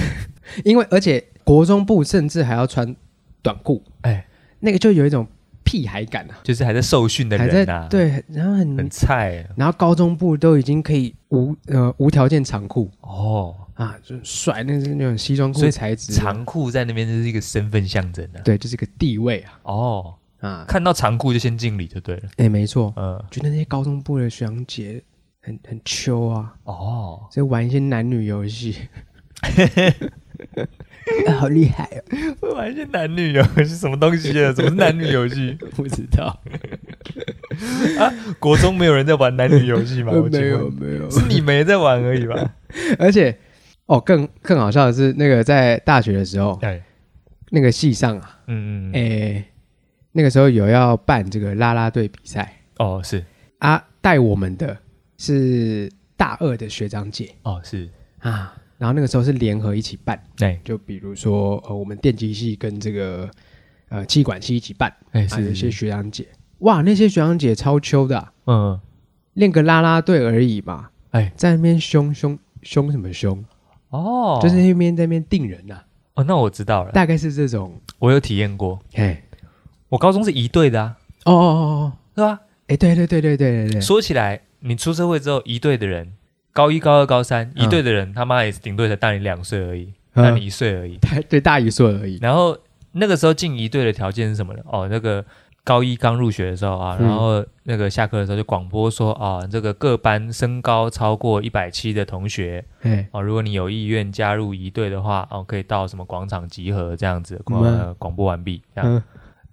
Speaker 2: 因为而且国中部甚至还要穿短裤，
Speaker 1: 哎，
Speaker 2: 那个就有一种屁孩感啊，
Speaker 1: 就是还在受训的
Speaker 2: 还
Speaker 1: 人
Speaker 2: 在
Speaker 1: 呐，，
Speaker 2: 对，然后
Speaker 1: 很
Speaker 2: 很。
Speaker 1: 菜
Speaker 2: 然后高中部都已经可以无呃无条件长裤
Speaker 1: 哦，
Speaker 2: 啊，就帅，那是那种西装
Speaker 1: 所
Speaker 2: 裤
Speaker 1: 以
Speaker 2: 材质，
Speaker 1: 长裤在那边就是一个身份象征啊，
Speaker 2: 对，就是个地位啊
Speaker 1: 哦，
Speaker 2: 啊，
Speaker 1: 看到长裤就先敬礼就对了，
Speaker 2: 哎、没错，
Speaker 1: 嗯，
Speaker 2: 觉得那些高中部的学长姐很很秋啊，
Speaker 1: 哦，
Speaker 2: 在玩一些男女 游戏， 啊好厉害哦！
Speaker 1: 玩一些男女游戏什么东西啊？怎么是男女游 戏？
Speaker 2: 不知道，
Speaker 1: 国中没有人在玩男女游戏吗？我请
Speaker 2: 呃没
Speaker 1: 问
Speaker 2: 有，没有，
Speaker 1: 是你没在玩而已 吧？
Speaker 2: 而且哦，更更好笑的是，那个在大学的时候，
Speaker 1: 哎，
Speaker 2: 那个系上啊，
Speaker 1: 嗯嗯，
Speaker 2: 哎、
Speaker 1: 嗯，
Speaker 2: 那个时候有要办这个啦啦队比赛
Speaker 1: 哦是，
Speaker 2: 啊，带我们的是大二的学长姐
Speaker 1: 哦是，
Speaker 2: 啊，然后那个时候是联合一起办。
Speaker 1: 哎
Speaker 2: 就比如说呃，我们电机系跟这个呃气管系一起办，
Speaker 1: 哎
Speaker 2: 啊，有
Speaker 1: 是
Speaker 2: 一些
Speaker 1: 是，是
Speaker 2: 学长姐，哇，那些学长姐超秋的啊、
Speaker 1: 嗯，
Speaker 2: 练个啦啦队而已嘛，
Speaker 1: 哎
Speaker 2: 在那边凶凶凶什么凶，
Speaker 1: 哦，
Speaker 2: 就是那边在那边定人呐、啊，
Speaker 1: 哦，那我知道了，
Speaker 2: 大概是这种，
Speaker 1: 我有体验过，
Speaker 2: 嘿，
Speaker 1: 我高中是一队的啊，
Speaker 2: 哦哦哦
Speaker 1: 是吧？
Speaker 2: 哦，哎，对对对对对对对，
Speaker 1: 说起来，你出社会之后，一队的人，高一、高二、高三，
Speaker 2: 嗯
Speaker 1: 一队的人他妈也是顶多才大你两岁而已，
Speaker 2: 嗯
Speaker 1: 大你一岁而已。
Speaker 2: 大对大一岁而已，
Speaker 1: 然后那个时候进一队的条件是什么呢？哦，那个高一刚入学的时候啊，
Speaker 2: 嗯
Speaker 1: 然后那个下课的时候就广播说啊，这个各班身高超过一百七的同学
Speaker 2: 哎，
Speaker 1: 哦，如果你有意愿加入一队的话，哦，可以到什么广场集合这样子，
Speaker 2: 嗯
Speaker 1: 广、呃、广播完毕这样。
Speaker 2: 嗯，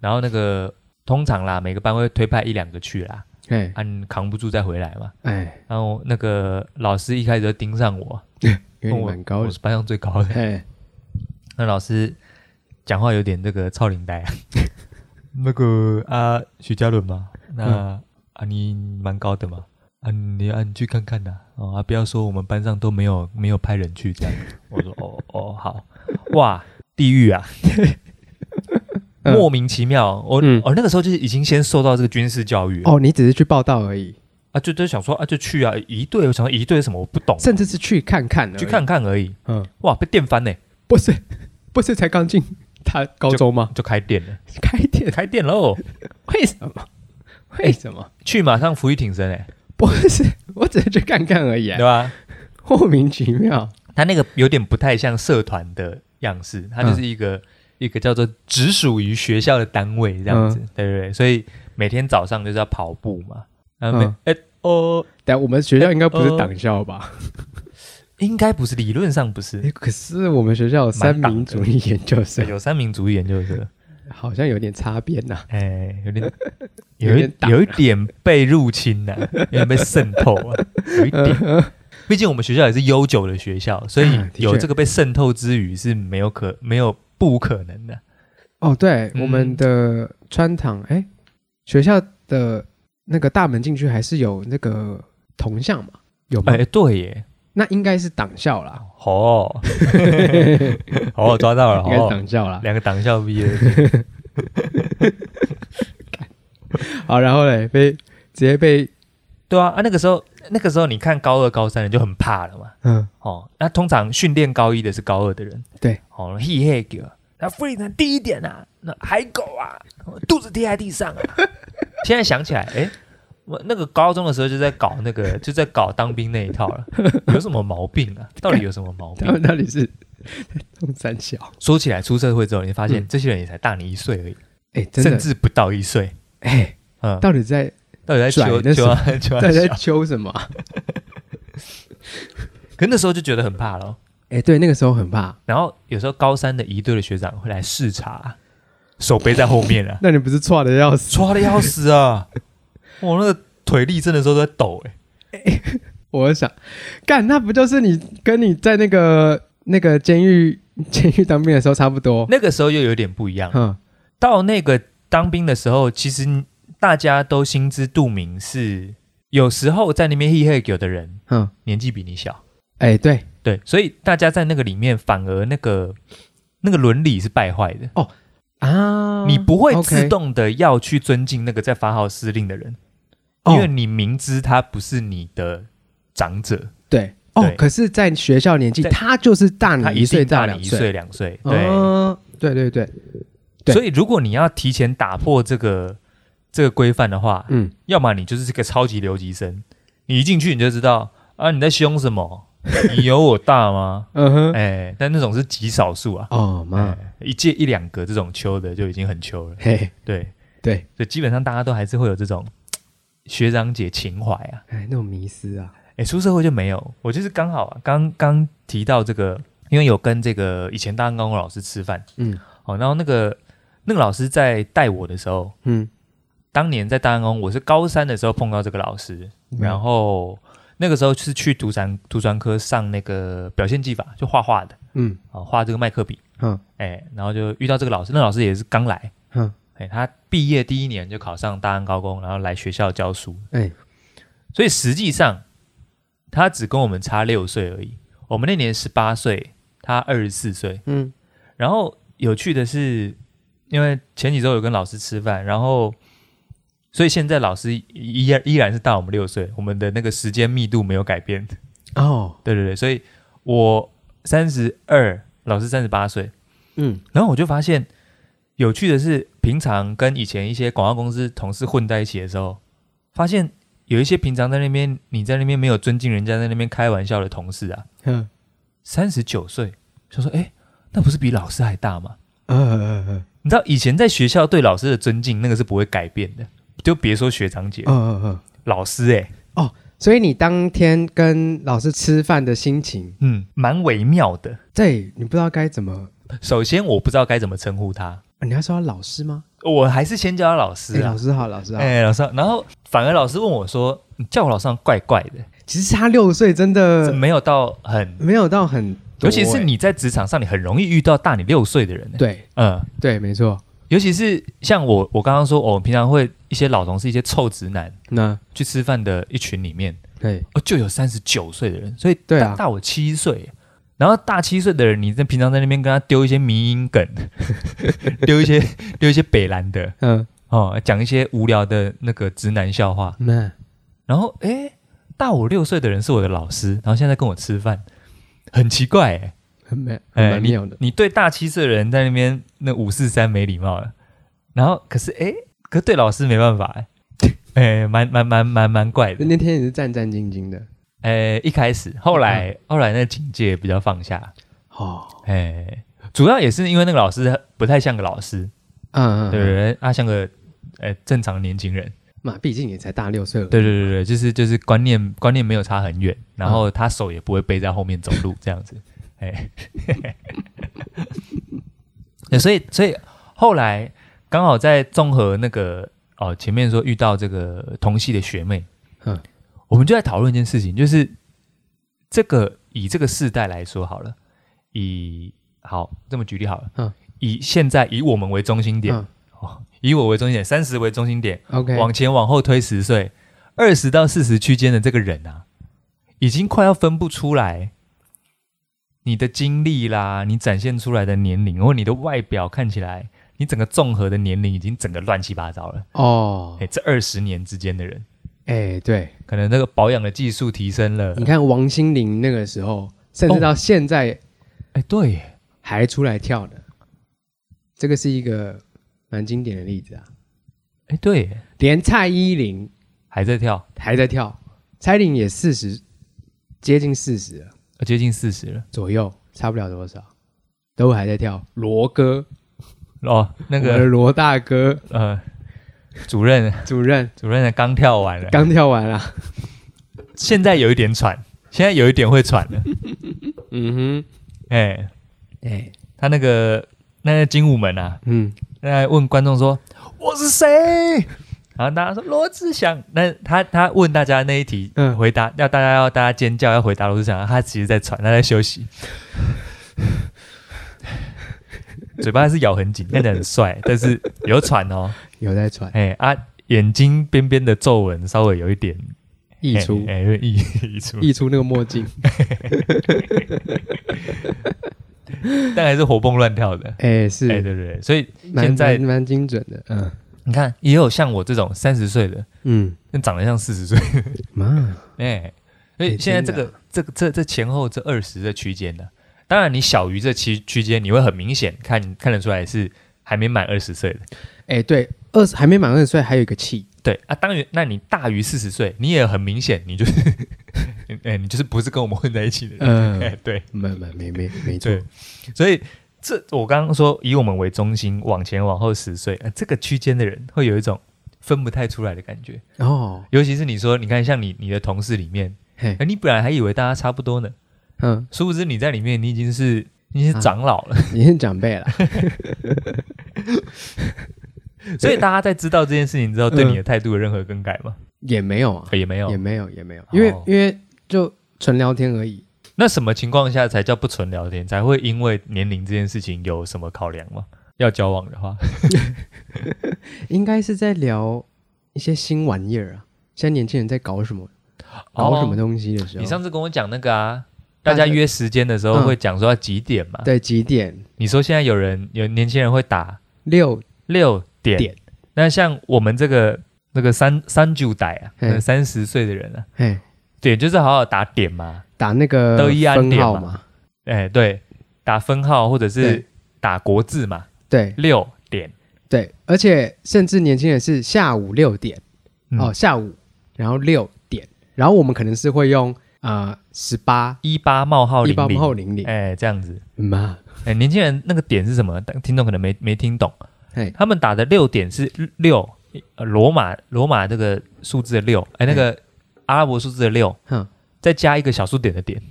Speaker 1: 然后那个通常啦，每个班会推派一两个去啦，啊
Speaker 2: 哎
Speaker 1: 按、你扛不住再回来嘛。
Speaker 2: 哎，
Speaker 1: 然后那个老师一开始就盯上我，
Speaker 2: 因为你蛮高
Speaker 1: 我
Speaker 2: 的，
Speaker 1: 是班上最高的。
Speaker 2: 哎，
Speaker 1: 那老师讲话有点这个超领带啊， 那个啊，徐嘉伦嘛，那、啊你蛮高的嘛，啊你啊你去看看呐、哦啊不要说我们班上都没有没有派人去这样。 我说哦哦好，哇地狱 啊！
Speaker 2: 嗯
Speaker 1: 莫名其妙，我、哦
Speaker 2: 嗯
Speaker 1: 我那个时候就是已经先受到这个军事教育了
Speaker 2: 哦，你只是去报道而已，
Speaker 1: 啊，就就想说啊，就去啊，一队，我想说一队是什么我不懂，啊
Speaker 2: 甚至是去看看而已
Speaker 1: 哦去，看看而已。
Speaker 2: 嗯，
Speaker 1: 哇，被电翻呢，
Speaker 2: 不是不是才刚进他高中吗？
Speaker 1: 就开店 了，
Speaker 2: 开店
Speaker 1: 开店喽，
Speaker 2: 为什么？为什么？
Speaker 1: 去马上浮于挺身哎，
Speaker 2: 不是，我只是去看看而已、
Speaker 1: 对
Speaker 2: 啊，
Speaker 1: 吧？
Speaker 2: 莫名其妙。
Speaker 1: 他那个有点不太像社团的样式，它就是
Speaker 2: 嗯
Speaker 1: 一个、一个叫做只属于学校的单位这样子，
Speaker 2: 嗯
Speaker 1: 对对对，所以每天早上就是要跑步嘛，啊，每
Speaker 2: 嗯
Speaker 1: 哎、哦，
Speaker 2: 但我们学校应该不
Speaker 1: 呃
Speaker 2: 是党校吧？
Speaker 1: 应该不是，理论上不
Speaker 2: 诶
Speaker 1: 是，
Speaker 2: 可是我们学校有三民主义研究
Speaker 1: 对，
Speaker 2: 生，
Speaker 1: 有三民主义研究社，
Speaker 2: 好像有点擦边呐、
Speaker 1: 哎、有 点。
Speaker 2: 有
Speaker 1: 有一
Speaker 2: 点挡
Speaker 1: 有一点被入侵 呐、有点被渗透啊，有一点。毕竟我们学校也是悠久的学校，所以
Speaker 2: 嗯啊的确
Speaker 1: 有这个被渗透之余是没有可没有不可能的。
Speaker 2: 哦，对，
Speaker 1: 嗯
Speaker 2: 我们的穿堂，哎，学校的那个大门进去还是有那个铜像嘛？有吗？
Speaker 1: 哎，对耶，
Speaker 2: 那应该是党校啦，
Speaker 1: 哦， 哦，抓到了，
Speaker 2: 应该是
Speaker 1: 哦，
Speaker 2: 党校啦。
Speaker 1: 两个党校毕业，
Speaker 2: 好，然后嘞，被直接被
Speaker 1: 对啊，啊那个时候那个时候你看高二高三的就很怕了嘛，
Speaker 2: 嗯，
Speaker 1: 哦，那通常训练高一的是高二的人，
Speaker 2: 对，
Speaker 1: 哦，嘿嘿给，那腹里能低一点啊，那海狗啊，肚子贴在地上啊。 现在想起来，哎，我那个高中的时候就在搞那个， 就在搞当兵那一套 了，有什么毛病啊？到底有什么毛
Speaker 2: 他
Speaker 1: 病？
Speaker 2: 们到底是弄三小？
Speaker 1: 说起来，出社会之后，你发现
Speaker 2: 嗯
Speaker 1: 这些人也才大你一岁而已，
Speaker 2: 哎，真
Speaker 1: 甚
Speaker 2: 的，
Speaker 1: 至不到一岁。
Speaker 2: 哎，
Speaker 1: 嗯，
Speaker 2: 到底在
Speaker 1: 到底在
Speaker 2: 拽
Speaker 1: 求
Speaker 2: 那
Speaker 1: 求
Speaker 2: 时
Speaker 1: 啊求
Speaker 2: 到
Speaker 1: 啊
Speaker 2: 底 在
Speaker 1: 小？
Speaker 2: 揪什么啊？
Speaker 1: 可那时候就觉得很怕咯。
Speaker 2: 哎，对，那个时候很怕。
Speaker 1: 然后有时候高三的一队的学长会来视察，手背在后面啊，
Speaker 2: 那你不是错的要死？
Speaker 1: 抓的要死啊！我那个腿力真的时候都在抖哎、
Speaker 2: 我想，干，那不就是你跟你在那个那个监狱监狱当兵的时候差不多？
Speaker 1: 那个时候又有点不一样，
Speaker 2: 嗯，
Speaker 1: 到那个当兵的时候，其实大家都心知肚明是，有时候在那边 he he 有的人
Speaker 2: 嗯，
Speaker 1: 年纪比你小，
Speaker 2: 哎、对
Speaker 1: 对，所以大家在那个里面反而那个那个伦理是败坏的。
Speaker 2: 啊，
Speaker 1: 你不会自
Speaker 2: OK
Speaker 1: 动的要去尊敬那个在发号施令的人，
Speaker 2: 哦
Speaker 1: 因为你明知他不是你的长者，
Speaker 2: 对哦
Speaker 1: 对
Speaker 2: 可是，在学校年纪，
Speaker 1: 在
Speaker 2: 他就是大
Speaker 1: 他一
Speaker 2: 你嗯一岁
Speaker 1: 定大你
Speaker 2: 到两
Speaker 1: 一岁，两岁，对。
Speaker 2: 嗯，对对对，对
Speaker 1: 所以如果你要提前打破这个这个规范的话，
Speaker 2: 嗯，
Speaker 1: 要么你就是这个超级留级生，你一进去你就知道啊你在凶什 么，你有我大吗？
Speaker 2: 嗯哼，
Speaker 1: 哎，但那种是极少数啊，
Speaker 2: 哦妈，
Speaker 1: 哎一届一两个这种秋的就已经很秋了，
Speaker 2: 嘿，
Speaker 1: 对，
Speaker 2: 对，
Speaker 1: 所以基本上大家都还是会有这种学长姐情怀啊。
Speaker 2: 哎，那种迷失啊，
Speaker 1: 哎，出社会就没有，我就是刚好啊，刚刚提到这个，因为有跟这个以前大安高中老师吃饭，
Speaker 2: 嗯
Speaker 1: 哦，然后那个那个老师在带我的时候，
Speaker 2: 嗯，
Speaker 1: 当年在大安宫，我是高三的时候碰到这个老师，
Speaker 2: 嗯
Speaker 1: 然后那个时候是去图传图传科上那个表现技法，就画画的
Speaker 2: 嗯
Speaker 1: 啊、哦画这个麦克笔，
Speaker 2: 嗯
Speaker 1: 哎，然后就遇到这个老师，那老师也是刚来，
Speaker 2: 嗯，
Speaker 1: 哎，他毕业第一年就考上大安高工，然后来学校教书，
Speaker 2: 哎，
Speaker 1: 所以实际上他只跟我们差六岁而已，我们那年十八岁，他二十四岁，
Speaker 2: 嗯
Speaker 1: 然后有趣的是，因为前几周有跟老师吃饭，然后所以现在老师依依然依然是大我们六岁，我们的那个时间密度没有改变。
Speaker 2: 哦，
Speaker 1: 对对对，所以我三十二，老师三十八岁。
Speaker 2: 嗯
Speaker 1: 然后我就发现，有趣的是，平常跟以前一些广告公司同事混在一起的时候，发现有一些平常在那边你在那边没有尊敬人家，在那边开玩笑的同事啊，
Speaker 2: 嗯
Speaker 1: 三十九岁，就说：“哎，那不是比老师还大吗？”
Speaker 2: 呃呃
Speaker 1: 你知道以前在学校对老师的尊敬，那个是不会改变的，就别说学长姐
Speaker 2: 呃、呃呃，
Speaker 1: 老师、欸，
Speaker 2: 所以你当天跟老师吃饭的心情，
Speaker 1: 嗯，蛮微妙的。
Speaker 2: 对你不知道该怎么，
Speaker 1: 首先，我不知道该怎么称呼他，
Speaker 2: 你要说他老师吗？
Speaker 1: 我还是先叫他老
Speaker 2: 哎，
Speaker 1: 师
Speaker 2: 老
Speaker 1: 啊，
Speaker 2: 师好，老师好。
Speaker 1: 哎、老师啊，然后反而老师问我说：“你叫我老师好像怪怪的，
Speaker 2: 其实他六岁真的
Speaker 1: 没有到很，
Speaker 2: 没有到很多欸，
Speaker 1: 尤其是你在职场上，你很容易遇到大你六岁的人、欸，
Speaker 2: 对
Speaker 1: 嗯，
Speaker 2: 对，没错。
Speaker 1: 尤其是像我，我刚刚说，哦我们平常会一些老同事、一些臭直男
Speaker 2: 那
Speaker 1: 去吃饭的一群里面，
Speaker 2: 对
Speaker 1: 哦，就有三十九岁的人，所以
Speaker 2: 对
Speaker 1: 大
Speaker 2: 啊
Speaker 1: 大我七岁。然后大七岁的人，你在平常在那边跟他丢一些迷音 梗，丢一些丢一些北兰的
Speaker 2: 嗯，
Speaker 1: 哦，讲一些无聊的那个直男笑话。
Speaker 2: 那
Speaker 1: 然后诶，大我六岁的人是我的老师，然后现在跟我吃饭，很奇怪诶。
Speaker 2: 很美，很
Speaker 1: 哎，
Speaker 2: 蛮
Speaker 1: 你
Speaker 2: 妙的。
Speaker 1: 你对大七岁的人在那边那五四三没礼貌了，然后可是诶，可是对老师没办法 诶，诶，蛮蛮蛮蛮蛮怪的。
Speaker 2: 那天也是战战兢兢的，
Speaker 1: 呃，一开始，后
Speaker 2: 嗯
Speaker 1: 来、后来那个警戒比较放下，
Speaker 2: 哦，
Speaker 1: 哎，主要也是因为那个老师不太像个老师，
Speaker 2: 嗯嗯，
Speaker 1: 对不，对？他像个呃正常年轻人，
Speaker 2: 嘛，毕竟也才大六岁了，
Speaker 1: 对对对对，就是就是观念观念没有差很远，
Speaker 2: 嗯
Speaker 1: 然后他手也不会背在后面走路这 样子，哎， 对所以所以后来刚好在综合那个哦前面说遇到这个同系的学妹，
Speaker 2: 嗯
Speaker 1: 我们就在讨论一件事情，就是这个以这个世代来说好了，以好这么举例好了，
Speaker 2: 嗯
Speaker 1: 以现在以我们为中心点，
Speaker 2: 嗯
Speaker 1: 哦，以我为中心点，三十为中心点，
Speaker 2: ，OK，
Speaker 1: 往前往后推十岁，二十到四十区间的这个人啊，已经快要分不出来你的经历啦，你展现出来的年龄或你的外表看起来你整个综合的年龄已经整个乱七八糟了。
Speaker 2: 哦
Speaker 1: 哎、，这二十年之间的人，
Speaker 2: 哎，对，
Speaker 1: 可能那个保养的技术提升了。
Speaker 2: 你看王心凌那个时候，甚至到现在
Speaker 1: 哎、对耶，
Speaker 2: 还出来跳的，这个是一个蛮经典的例子啊。
Speaker 1: 哎、对耶，
Speaker 2: 连蔡依林
Speaker 1: 还在跳，
Speaker 2: 还在跳，蔡依林也四十，接近四十了
Speaker 1: 呃接近四十了。
Speaker 2: 左右，差不了多少，都还在跳。罗哥，
Speaker 1: 哦，那
Speaker 2: 我们的
Speaker 1: 个
Speaker 2: 罗大哥
Speaker 1: 呃，主任
Speaker 2: 主任
Speaker 1: 主任刚跳完了，
Speaker 2: 刚跳完啊了，
Speaker 1: 现在有一点喘，现在有一点会喘了。
Speaker 2: 嗯
Speaker 1: 哎、
Speaker 2: 哼，哎，
Speaker 1: 他那个那个精武门啊，
Speaker 2: 嗯，
Speaker 1: 那问观众说我是谁，然后大家说罗志祥。那他他问大家那一题，
Speaker 2: 嗯
Speaker 1: 回答要大家要大家尖叫要回答罗志祥，他其实在喘，他在休息， 嘴巴还是咬很紧，看起来很帅， 但是有喘哦。
Speaker 2: 有在传
Speaker 1: 哎啊，眼睛边边的皱纹稍微有一点
Speaker 2: 溢出
Speaker 1: 哎，哎哎有点溢溢出，
Speaker 2: 溢出那个墨镜，
Speaker 1: 但还是活蹦乱跳的。
Speaker 2: 哎，
Speaker 1: 哎，
Speaker 2: 是
Speaker 1: 对对对，所以
Speaker 2: 蛮
Speaker 1: 现在
Speaker 2: 蛮蛮精准的，嗯
Speaker 1: 你看，也有像我这种三十岁的，
Speaker 2: 嗯，
Speaker 1: 但长得像四十岁。
Speaker 2: 妈，
Speaker 1: 哎、所以
Speaker 2: 哎
Speaker 1: 现在这
Speaker 2: 真
Speaker 1: 个、
Speaker 2: 的
Speaker 1: 这个这这前后这二十的区间呢、当然你小于这区区间，你会很明显看看得出来是还没满二十岁的。
Speaker 2: 哎，对，二十还没满二十岁，还有一个气，
Speaker 1: 对啊，当然，那你大于四十岁，你也很明显，你就是 哎、你就是不是跟我们混在一起的人。 哎、
Speaker 2: 嗯，
Speaker 1: 对
Speaker 2: 没没没没没错，
Speaker 1: 对，所以这我刚刚说以我们为中心往前往后十岁、啊，这个区间的人会有一种分不太出来的感觉。
Speaker 2: 哦，
Speaker 1: 尤其是你说，你看像你你的同事里面，
Speaker 2: 嘿
Speaker 1: 哎，你本来还以为大家差不多呢，
Speaker 2: 嗯，
Speaker 1: 殊不知你在里面，你已经是你已
Speaker 2: 啊
Speaker 1: 经是长老 了，
Speaker 2: 你是长辈了，
Speaker 1: 所以大家在知道这件事情之后，
Speaker 2: 嗯
Speaker 1: 对你的态度有任何更改吗？
Speaker 2: 也没有啊，
Speaker 1: 也没有
Speaker 2: 也。没有，也没有，因为、
Speaker 1: 哦
Speaker 2: 因为就纯聊天而已。
Speaker 1: 那什么情况下才叫不纯聊天？才会因为年龄这件事情有什么考量吗？要交往的话，
Speaker 2: 应该是在聊一些新玩意儿啊，现在年轻人在搞什么，搞什么
Speaker 1: 哦
Speaker 2: 东西的时候，
Speaker 1: 你上次跟我讲那个啊，大
Speaker 2: 大家
Speaker 1: 家约时间的时候
Speaker 2: 嗯
Speaker 1: 会讲说要几点嘛？
Speaker 2: 对几点
Speaker 1: 你说现在有人有年轻人会打
Speaker 2: 六
Speaker 1: 六点，
Speaker 2: 点
Speaker 1: 那像我们这个那个三三九代啊，
Speaker 2: 嘿
Speaker 1: 那三十岁的人啊，
Speaker 2: 哎
Speaker 1: 点就是好好打点嘛，
Speaker 2: 打那个
Speaker 1: 都一样
Speaker 2: 分
Speaker 1: 点
Speaker 2: 号
Speaker 1: 嘛
Speaker 2: 嘛，
Speaker 1: 哎，对，打分号或者是
Speaker 2: 对
Speaker 1: 打国字嘛，
Speaker 2: 对
Speaker 1: 六点
Speaker 2: 对，而且甚至年轻人是下午六点、哦，
Speaker 1: 哦，
Speaker 2: 下午然后六点，然后我们可能是会用啊十八
Speaker 1: 一八冒号
Speaker 2: 一
Speaker 1: 零
Speaker 2: 包
Speaker 1: 零，
Speaker 2: 后零零嗯啊
Speaker 1: 哎，这样子，
Speaker 2: 嘛，
Speaker 1: 哎，年轻人那个点是什么？但听众可能没没听懂，
Speaker 2: 哎
Speaker 1: 他们打的六点是六，呃罗马罗马这个数字的六，哎，那个阿拉伯数字的六，
Speaker 2: 哼，
Speaker 1: 再加一个小数点的点，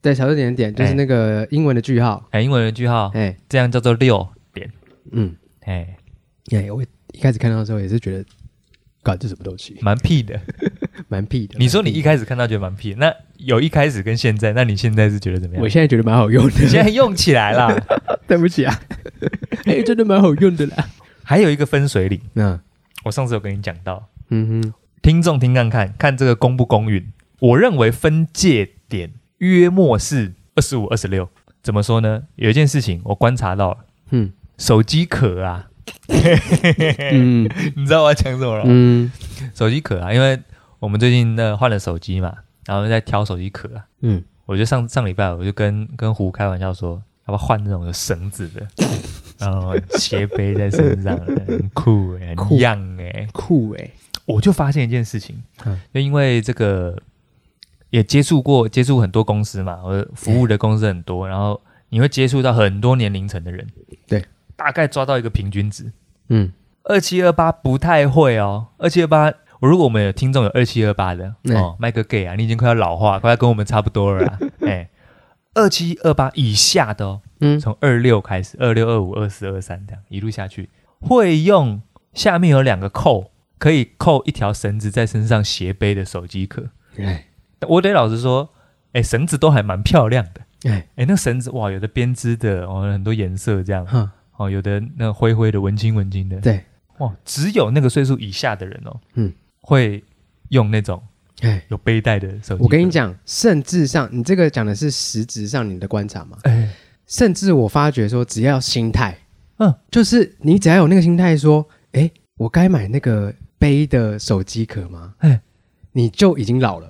Speaker 2: 对小数点点就是
Speaker 1: 哎
Speaker 2: 那个英文的句号，
Speaker 1: 哎，英文的句号，
Speaker 2: 哎
Speaker 1: 这样叫做六点，
Speaker 2: 嗯。
Speaker 1: 哎，
Speaker 2: 哎、我一开始看到的时候也是觉得，搞这什么东西，
Speaker 1: 蛮屁的。
Speaker 2: 蛮屁的。
Speaker 1: 你说你
Speaker 2: 蛮屁
Speaker 1: 一开始看到觉得蛮屁的，那有一开始跟现在，那你现在是觉得怎么
Speaker 2: 的，
Speaker 1: 样
Speaker 2: 我？现在觉得蛮好用
Speaker 1: 你现
Speaker 2: 的。
Speaker 1: 在用起来啦。
Speaker 2: 对不起啊， 哎、真的蛮好用的啦。
Speaker 1: 还有一个分水岭，
Speaker 2: 嗯
Speaker 1: 我上次有跟你讲到，
Speaker 2: 嗯哼，
Speaker 1: 听众听看看看这个公不公允。我认为分界点约莫是二十五、二十六。怎么说呢？有一件事情我观察到了，
Speaker 2: 嗯
Speaker 1: 手机壳啊，
Speaker 2: 嗯
Speaker 1: 你知道我要讲什么了？
Speaker 2: 嗯
Speaker 1: 手机壳啊，因为我们最近呢换了手机嘛，然后在挑手机壳啊。
Speaker 2: 嗯，
Speaker 1: 我就上上礼拜我就跟跟胡开玩笑说，要不要换那种有绳子 的，然后斜背在身上，很酷哎、
Speaker 2: 酷
Speaker 1: 很样哎、
Speaker 2: 酷哎、
Speaker 1: 我就发现一件事情，
Speaker 2: 嗯
Speaker 1: 就因为这个也接触过接触很多公司嘛，我服务的公司很多，然后你会接触到很多年龄层的人，
Speaker 2: 对，
Speaker 1: 大概抓到一个平均值，
Speaker 2: 嗯，
Speaker 1: 二七二八不太会哦，二七二八。我如果我们有听众有二七二八的、
Speaker 2: 嗯
Speaker 1: 哦，麦克 gay 啊，你已经快要老化，快要跟我们差不多了啦。 哎，二七二八以下的哦，
Speaker 2: 嗯
Speaker 1: 从二六开始，二六二五二四二三这样一路下去，会用下面有两个扣，可以扣一条绳子在身上斜背的手机壳。
Speaker 2: 哎
Speaker 1: 我得老实说，哎，绳子都还蛮漂亮的。
Speaker 2: 哎
Speaker 1: 哎，那绳子哇，有的编织的哦，很多颜色这样
Speaker 2: 哈，
Speaker 1: 哦，有的那灰灰的文青文青的。
Speaker 2: 对，
Speaker 1: 哇，只有那个岁数以下的人哦，
Speaker 2: 嗯
Speaker 1: 会用那种
Speaker 2: 哎，
Speaker 1: 有背带的手机。
Speaker 2: 我跟你，讲，甚至上你这个讲的是实质上你的观察嘛，
Speaker 1: 哎，
Speaker 2: 甚至我发觉说，只要心态
Speaker 1: 嗯，
Speaker 2: 就是你只要有那个心态说，哎，我该买那个杯的手机壳吗？
Speaker 1: 哎
Speaker 2: 你就已经老了，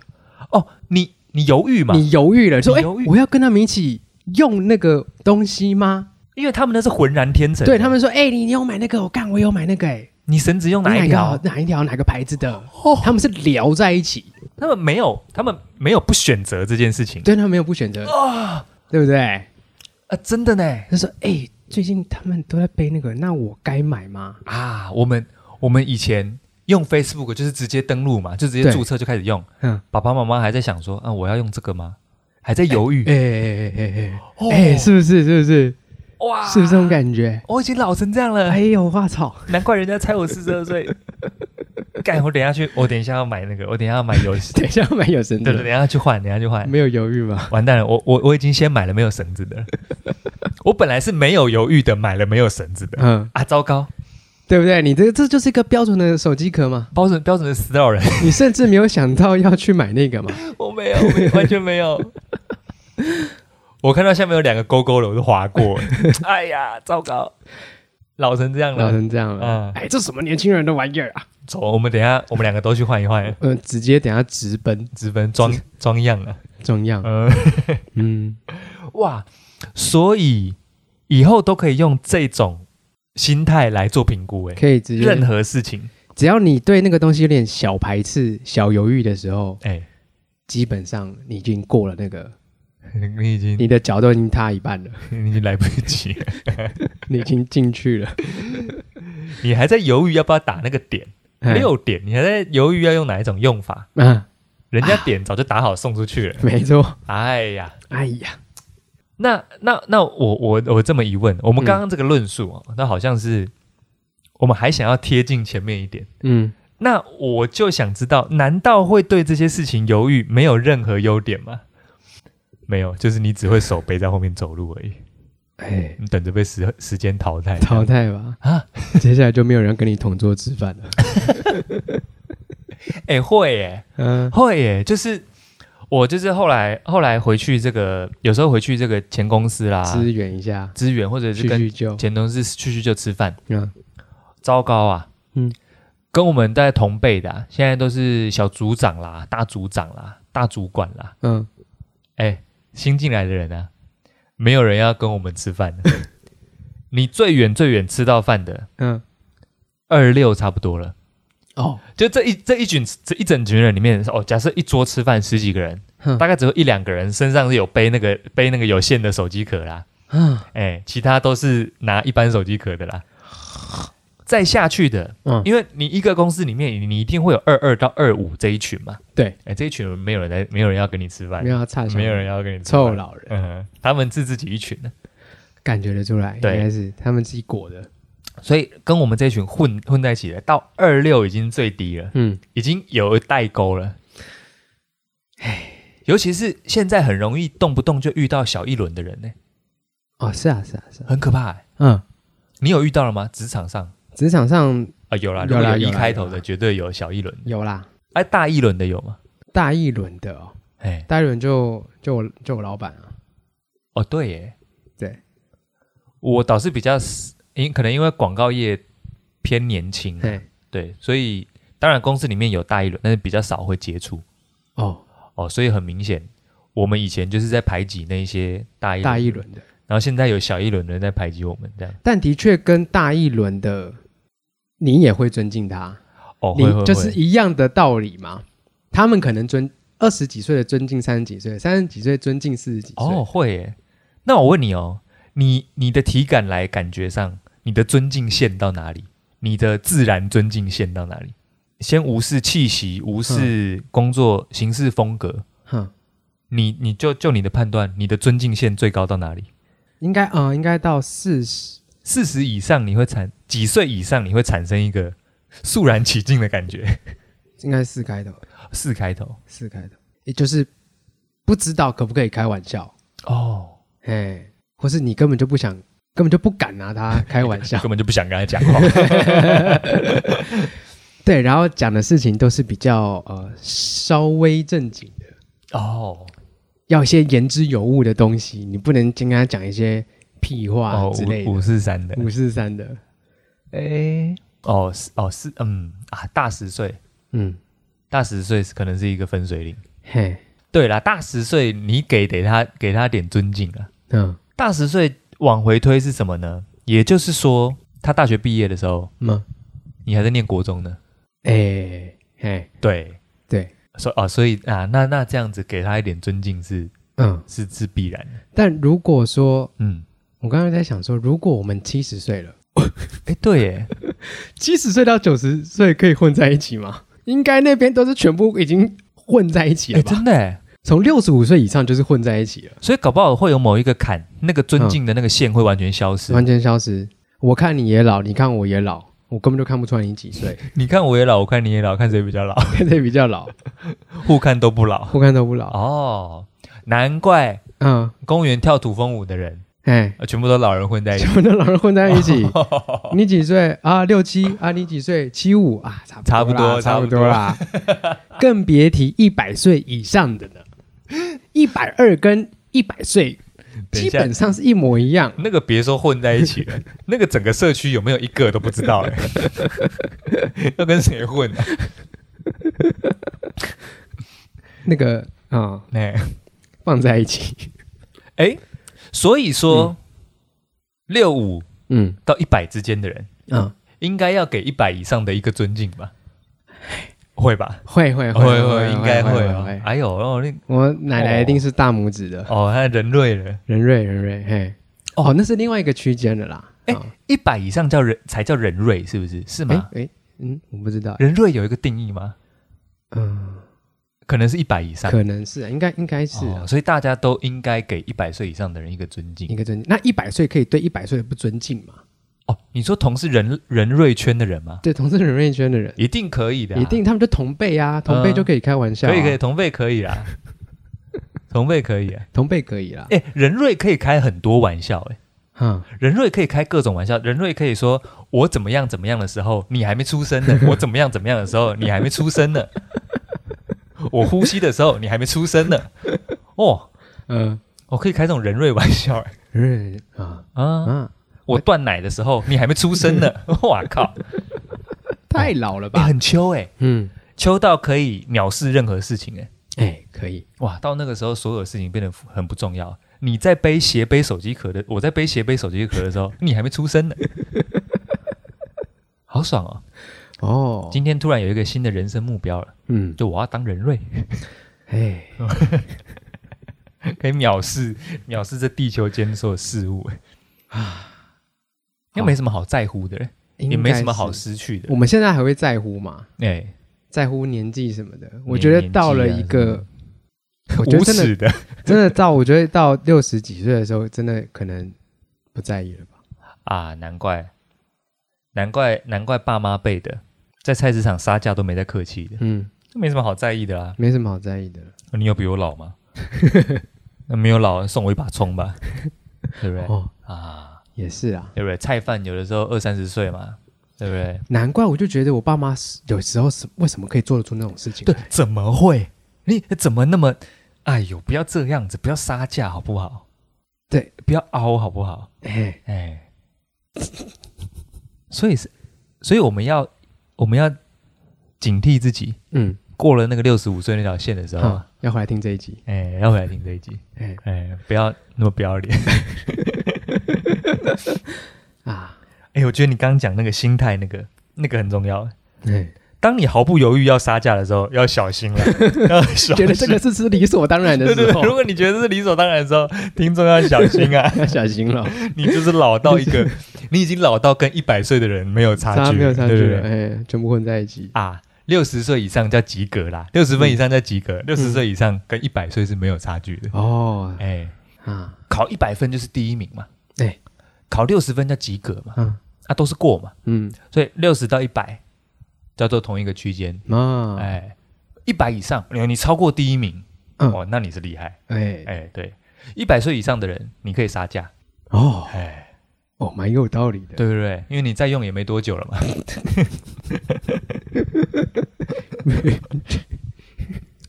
Speaker 1: 哦，你你犹豫嘛，
Speaker 2: 你犹豫了，说
Speaker 1: 你
Speaker 2: 哎
Speaker 1: 犹豫，
Speaker 2: 我要跟他们一起用那个东西吗？
Speaker 1: 因为他们那是浑然天成，
Speaker 2: 对他，们说，哎，你你有买那个，我干，我有买那个，哎，
Speaker 1: 你绳子用哪一
Speaker 2: 你
Speaker 1: 条
Speaker 2: 个？哪一条哪个牌子的？
Speaker 1: 哦，
Speaker 2: 他们是聊在一起，
Speaker 1: 他们没有，他们没有不选择这件事情
Speaker 2: 对他们没有不选择，
Speaker 1: 啊
Speaker 2: 对不对？
Speaker 1: 啊，真的呢
Speaker 2: 他说，哎，最近他们都在背那个，那我该买吗？
Speaker 1: 啊，我们我们以前用 Facebook 就是直接登录嘛，就直接
Speaker 2: 对
Speaker 1: 注册就开始用，
Speaker 2: 嗯，
Speaker 1: 爸爸妈妈还在想说，啊，我要用这个吗？还在犹豫，
Speaker 2: 哎哎哎哎
Speaker 1: 哦啊
Speaker 2: 哎，哎，是不是？是不是？
Speaker 1: 哇哦
Speaker 2: 是不是这种感觉？
Speaker 1: 我已经老成这样了，
Speaker 2: 哎呦，我操！
Speaker 1: 难怪人家猜我四十二岁。干，我等一下去，我等一下要买那个，我等一下要买游 戏
Speaker 2: 。等一下，没有神
Speaker 1: 对对，
Speaker 2: 的
Speaker 1: 等，一下去换，等一下去换。
Speaker 2: 没有犹豫吗？
Speaker 1: 完蛋了，我我我已经先买了没有绳子 的了。我本来是没有犹豫的，买了没有绳子的
Speaker 2: 嗯，
Speaker 1: 啊！糟糕，
Speaker 2: 对不对？你这个这就是一个标准的手机壳嘛，
Speaker 1: 标准标准的死老人，
Speaker 2: 你甚至没有想到要去买那个嘛。
Speaker 1: 我没有，我没有完全没有。我看到下面有两个勾勾了，我就划过。 哎呀，糟糕，老成这样
Speaker 2: 老
Speaker 1: 了。
Speaker 2: 成这样了
Speaker 1: 嗯，
Speaker 2: 哎，这什么年轻人的玩意儿啊？
Speaker 1: 走，我们等一下，我们两个都去换一换，
Speaker 2: 呃，直接等下直奔
Speaker 1: 直奔装装样啊。
Speaker 2: 中样。
Speaker 1: 嗯。
Speaker 2: 嗯，
Speaker 1: 哇，所以以后都可以用这种心态来做评估、哎，
Speaker 2: 可以直接
Speaker 1: 任，何事情，
Speaker 2: 只要你对那个东西有点小排斥、小犹豫的时候，
Speaker 1: 哎、
Speaker 2: 基本上你已经过了那个，
Speaker 1: 你已经
Speaker 2: 你的脚都已经踏一半了，
Speaker 1: 你已经来不及了，
Speaker 2: 你已经进去了。
Speaker 1: 你还在犹豫要不要打那个点
Speaker 2: 哎
Speaker 1: 六点，你还在犹豫要用哪一种用法，
Speaker 2: 啊，
Speaker 1: 人家点早就打好送出去了，
Speaker 2: 没错。
Speaker 1: 哎呀。
Speaker 2: 哎呀，
Speaker 1: 那那那我我我这么一问，我们刚刚这个论述哦，那好像是我们还想要贴近前面一点。
Speaker 2: 嗯，
Speaker 1: 那我就想知道，难道会对这些事情犹豫没有任何优点吗？没有，就是你只会手背在后面走路而已，
Speaker 2: 哎，
Speaker 1: 你等着被时时间淘汰。
Speaker 2: 淘汰吧
Speaker 1: 啊
Speaker 2: 啊！接下来就没有人跟你同桌吃饭了。
Speaker 1: 哎、会耶，
Speaker 2: 嗯
Speaker 1: 会耶，就是我就是后来后来回去这个，有时候回去这个前公司啦，
Speaker 2: 支援一下，
Speaker 1: 支援或者是
Speaker 2: 叙
Speaker 1: 跟
Speaker 2: 叙旧。
Speaker 1: 前同事去去就吃饭，
Speaker 2: 嗯
Speaker 1: 糟糕啊！
Speaker 2: 嗯，
Speaker 1: 跟我们在同辈的、啊，现在都是小组长啦、大组长啦、大主管啦，
Speaker 2: 嗯，
Speaker 1: 哎，新进来的人啊，没有人要跟我们吃饭的。你最远最远吃到饭的
Speaker 2: 嗯，
Speaker 1: 二六差不多了，
Speaker 2: 哦，
Speaker 1: 就这一这一群这一整群人里面，哦，假设一桌吃饭十几个人，
Speaker 2: 哼
Speaker 1: 大概只有一两个人身上是有背那个背那个有线的手机壳啦，
Speaker 2: 啊，
Speaker 1: 哎，其他都是拿一般手机壳的啦。再下去的，
Speaker 2: 嗯
Speaker 1: 因为你一个公司里面，你你一定会有二二到二五这一群嘛，
Speaker 2: 对，
Speaker 1: 哎，这一群没有人来，没有人要跟你吃饭
Speaker 2: 没，有要差，
Speaker 1: 没有人要跟你吃
Speaker 2: 臭
Speaker 1: 饭
Speaker 2: 老人，
Speaker 1: 嗯，他们是自己一群的，
Speaker 2: 感觉得出来，应
Speaker 1: 对
Speaker 2: 该是他们自己裹的。
Speaker 1: 所以跟我们这一群混混在一起的，到二六已经最低了，
Speaker 2: 嗯，
Speaker 1: 已经有代沟了。唉，尤其是现在很容易动不动就遇到小一轮的人呢、
Speaker 2: 哦，是啊，是啊，是啊。
Speaker 1: 很可怕、欸。
Speaker 2: 嗯，
Speaker 1: 你有遇到了吗？职场上
Speaker 2: 职场上
Speaker 1: 啊，有啦，
Speaker 2: 有
Speaker 1: 如果
Speaker 2: 啦
Speaker 1: 有
Speaker 2: 有
Speaker 1: 一
Speaker 2: 啦
Speaker 1: 开头
Speaker 2: 有
Speaker 1: 的，
Speaker 2: 啦
Speaker 1: 绝对有小一轮。
Speaker 2: 有啦，
Speaker 1: 哎、大一轮的有吗？
Speaker 2: 大一轮的哦，
Speaker 1: 哎，
Speaker 2: 大一轮就就我就我老板啊，
Speaker 1: 哦，对耶，
Speaker 2: 对，
Speaker 1: 我倒是比较，因可能因为广告业偏年轻啊、
Speaker 2: 对，
Speaker 1: 对，所以当然公司里面有大一轮，但是比较少会接触。
Speaker 2: 哦，
Speaker 1: 哦，所以很明显，我们以前就是在排挤那一些大一
Speaker 2: 大一，轮的，
Speaker 1: 然后现在有小一轮的人在排挤我们，这样
Speaker 2: 但的确跟大一轮的，你也会尊敬他，
Speaker 1: 哦，会会
Speaker 2: 你就是
Speaker 1: 会
Speaker 2: 一样的道理嘛。他们可能尊二十几岁的尊敬三十几岁，三十几岁尊敬四十几岁。
Speaker 1: 哦，会耶。那我问你哦，你你的体感来感觉上，你的尊敬线到哪里？你的自然尊敬线到哪里？先无视气息，无
Speaker 2: 嗯
Speaker 1: 视工作行事风格，
Speaker 2: 哼，
Speaker 1: 你你就就你的判断，你的尊敬线最高到哪里？
Speaker 2: 应该啊、呃应该到四十，
Speaker 1: 四十以上你会产几岁以上你会产生一个肃然起敬的感 觉，
Speaker 2: 应该四开头，
Speaker 1: 四开头
Speaker 2: 四开头，也就是不知道可不可以开玩笑，
Speaker 1: 哦。
Speaker 2: 哎，或是你根本就不想，根本就不敢拿他开玩笑。
Speaker 1: 根本就不想跟他讲话。
Speaker 2: 对，然后讲的事情都是比较呃稍微正经的，
Speaker 1: 哦，
Speaker 2: 要一些言之有物的东西，你不能跟他讲一些屁话
Speaker 1: 哦，
Speaker 2: 之类
Speaker 1: 五五
Speaker 2: 的，
Speaker 1: 四三的，
Speaker 2: 五四三的，
Speaker 1: 哎，哦是哦是，嗯啊，大十岁，
Speaker 2: 嗯，
Speaker 1: 大十岁是可能是一个分水岭。
Speaker 2: 嘿，
Speaker 1: 对啦，大十岁你给得他给他点尊敬啊。
Speaker 2: 嗯，
Speaker 1: 大十岁往回推是什么呢？也就是说，他大学毕业的时候，
Speaker 2: 么，
Speaker 1: 你还在念国中呢。
Speaker 2: 嗯哎，嘿，
Speaker 1: 对，
Speaker 2: 对，
Speaker 1: 所哦，所以啊，那那这样子给他一点尊敬是
Speaker 2: 嗯，
Speaker 1: 是是必然的。
Speaker 2: 但如果说，
Speaker 1: 嗯，
Speaker 2: 我刚刚在想说，如果我们七十岁了，
Speaker 1: 哎，对耶，
Speaker 2: 七十岁到九十岁可以混在一起吗？应该那边都是全部已经混在一起
Speaker 1: 哎，
Speaker 2: 了吧？
Speaker 1: 真的耶，
Speaker 2: 从六十五岁以上就是混在一起了，
Speaker 1: 所以搞不好会有某一个坎，那个尊敬的那个线会完全消失。
Speaker 2: 完全消失。我看你也老，你看我也老，我根本就看不出来你几 岁，
Speaker 1: 你看我也老，我看你也老，看谁比较老，
Speaker 2: 看谁比较老，
Speaker 1: 互看都不老。
Speaker 2: 互看都不老。
Speaker 1: 哦，难怪
Speaker 2: 嗯，
Speaker 1: 公园跳土风舞的人，
Speaker 2: 哎，
Speaker 1: 呃全部都老人混在一起
Speaker 2: 全。部都老人混在一 起。你几岁啊？六七啊？你几岁？七五啊？差
Speaker 1: 差不
Speaker 2: 不
Speaker 1: 多
Speaker 2: 多啦，差啦。 更别提一百岁以上的呢，一百二跟一百岁
Speaker 1: 等一
Speaker 2: 基
Speaker 1: 下
Speaker 2: 本上是一模一样。
Speaker 1: 那个别说混在一 起了，那个整个社区有没有一个都不知道哎、要跟谁混、 啊？
Speaker 2: 那个啊、嗯
Speaker 1: 哎、
Speaker 2: 放在一起，
Speaker 1: 哎所以说六五、
Speaker 2: 嗯
Speaker 1: 到一百之间的人，
Speaker 2: 啊、
Speaker 1: 应该要给一百以上的一个尊敬吧？会吧？
Speaker 2: 会会
Speaker 1: 会，应该会哦。
Speaker 2: 会。
Speaker 1: 哎呦，哦，那
Speaker 2: 我奶奶一定是大拇指的，
Speaker 1: 哦，他人类了，
Speaker 2: 人瑞人瑞嘿。哦，那是另外一个区间的啦。
Speaker 1: 哎
Speaker 2: 啊
Speaker 1: 一百以上叫人才叫人瑞，是不是？是
Speaker 2: 哎
Speaker 1: 吗？
Speaker 2: 哎，嗯，我不知道，
Speaker 1: 人瑞有一个定义吗？
Speaker 2: 嗯，
Speaker 1: 可能是一百以上，
Speaker 2: 可能是啊，应该应该是啊
Speaker 1: 哦，所以大家都应该给一百岁以上的人一个尊敬
Speaker 2: 一。个尊敬。那一百岁可以对一百岁的不尊敬吗？
Speaker 1: 哦，你说同是人人瑞圈的人吗？
Speaker 2: 对，同是人瑞圈的人，
Speaker 1: 一定可以的啊、嗯
Speaker 2: 一定他们就同辈啊，同辈就可以开玩笑啊、
Speaker 1: 可以可以，同辈可以 啦，同辈可以啊。
Speaker 2: 同辈可以啦。
Speaker 1: 哎、人瑞可以开很多玩笑、欸，
Speaker 2: 嗯，
Speaker 1: 人瑞可以开各种玩笑，人瑞可以说我怎么样怎么样的时候，你还没出生 呢；我怎么样怎么样的时候，你还没出 生呢；我呼吸的时候，你还没出生呢。哦，
Speaker 2: 嗯，
Speaker 1: 我可以开这种人瑞玩笑、欸、
Speaker 2: 人啊
Speaker 1: 啊！
Speaker 2: 啊，
Speaker 1: 我断奶的时候，你还没出生 呢。哇靠，
Speaker 2: 太老了
Speaker 1: 哎、
Speaker 2: 吧？
Speaker 1: 很秋哎、欸，
Speaker 2: 嗯，秋
Speaker 1: 秋到可以藐视任何事情哎、
Speaker 2: 哎、可以，
Speaker 1: 哇，到那个时候，所有事情变得很不重要。你在背斜背手机壳的，我在背斜背手机壳的时候，你还没出生呢， 好爽哦！
Speaker 2: 哦，
Speaker 1: 今天突然有一个新的人生目标了，
Speaker 2: 嗯，
Speaker 1: 就我要当人类，
Speaker 2: 哎，
Speaker 1: 可以藐视藐视这地球间所有事 物啊，应该没什么好在乎的，也没什么好
Speaker 2: 应该是。
Speaker 1: 失去的
Speaker 2: 我。们现在还会在乎吗？
Speaker 1: 哎，
Speaker 2: 在乎年纪什么的？我觉得到了一个， 我觉
Speaker 1: 无
Speaker 2: 得真的
Speaker 1: 耻啊的
Speaker 2: 真的到，我觉得到六十几岁的时候，真的可能不在意了吧？
Speaker 1: 啊，难怪，难怪，难怪爸妈辈的在菜市场杀价都没在客气的，
Speaker 2: 嗯，
Speaker 1: 没什么好在意的啊。哦
Speaker 2: 没什么好在意的了。
Speaker 1: 你有比我老吗？ 那没有老，送我一把葱吧， 对不对？
Speaker 2: 哦，
Speaker 1: 啊，
Speaker 2: 也是啊，
Speaker 1: 对不对？菜贩有的时候二三十岁嘛，对不对？
Speaker 2: 难怪我就觉得我爸妈是有时候是为什么可以做得出那种事情？
Speaker 1: 对，怎么会？你怎么那么……哎呦，不要这样子，不要杀价好不好？
Speaker 2: 对，
Speaker 1: 不要凹好不好？
Speaker 2: 哎，
Speaker 1: 哎，所以是，所以我们要我们要警惕自己，
Speaker 2: 嗯，
Speaker 1: 过了那个六十五岁那条线的时候
Speaker 2: 好
Speaker 1: 啊，，
Speaker 2: 要回来听这一集。
Speaker 1: 哎，要回来听这一集，
Speaker 2: 哎
Speaker 1: 哎，不要那么不要脸。
Speaker 2: 啊，
Speaker 1: 哎、我觉得你刚刚讲那个心态，那个那个很重要。
Speaker 2: 哎，
Speaker 1: 当你毫不犹豫要杀价的时候，要小心 了，要小心。
Speaker 2: 觉得这个是是理所当然的
Speaker 1: 对对
Speaker 2: 时候！
Speaker 1: 对，，如果你觉得这是理所当然的时候，听众要小心啊
Speaker 2: 要小心了，
Speaker 1: 你就是老到一个，你已经老到跟一百岁的人没有差距了，
Speaker 2: 差没有差距
Speaker 1: 对不
Speaker 2: 了，
Speaker 1: 对
Speaker 2: 哎，全部混在一起。
Speaker 1: 啊？六十岁以上叫及格啦，六十分以上叫及
Speaker 2: 嗯
Speaker 1: 格，六十岁以上跟一百岁是没有差距的。
Speaker 2: 哦
Speaker 1: 哎、
Speaker 2: 啊，
Speaker 1: 考一百分就是第一名嘛，
Speaker 2: 对，
Speaker 1: 考六十分叫及格嘛，
Speaker 2: 嗯
Speaker 1: 啊，都是过嘛，
Speaker 2: 嗯
Speaker 1: 所以六十到一百叫做同一个区间。
Speaker 2: 啊，
Speaker 1: 哎，一百以上，你你超过第一名，
Speaker 2: 嗯
Speaker 1: 哦，那你是厉害。
Speaker 2: 哎
Speaker 1: 哎，对，一百岁以上的人，你可以杀价。
Speaker 2: 哦
Speaker 1: 哎，
Speaker 2: 哦，蛮有道理的，
Speaker 1: 对不对？因为你再用也没多久了嘛。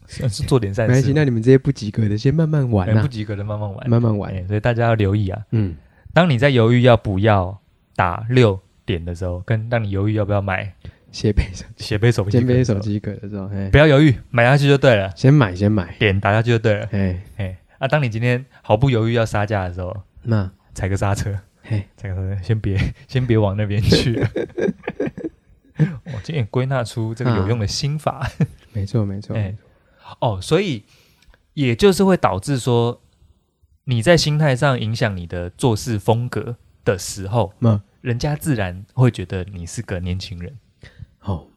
Speaker 1: 算是做点
Speaker 2: 没
Speaker 1: 善
Speaker 2: 关
Speaker 1: 事
Speaker 2: 系，
Speaker 1: 嘛，
Speaker 2: 那你们这些不及格的先慢慢玩
Speaker 1: 哎不哎
Speaker 2: 啊，
Speaker 1: 及格的慢慢玩，
Speaker 2: 慢慢玩。
Speaker 1: 哎，所以大家要留意啊。
Speaker 2: 嗯
Speaker 1: 当你在犹豫要不要打六点的时候，跟当你犹豫要不要买
Speaker 2: 斜背手
Speaker 1: 斜背手机壳
Speaker 2: 肩
Speaker 1: 的时
Speaker 2: 背
Speaker 1: 候，
Speaker 2: 手机壳的时候，哎，
Speaker 1: 不要犹豫，买下去就对了，
Speaker 2: 先买先买，
Speaker 1: 点打下去就对了。
Speaker 2: 哎，
Speaker 1: 哎，啊，当你今天毫不犹豫要杀价的时候，
Speaker 2: 那
Speaker 1: 踩个刹车，
Speaker 2: 嘿，
Speaker 1: 踩个刹车，先别 先别往那边去。 我今天也归纳出这个有用的心法，
Speaker 2: 没错没啊错，
Speaker 1: 哎哦，所以也就是会导致说你在心态上影响你的做事风格的时候，
Speaker 2: 嗯
Speaker 1: 人家自然会觉得你是个年轻人。
Speaker 2: 好，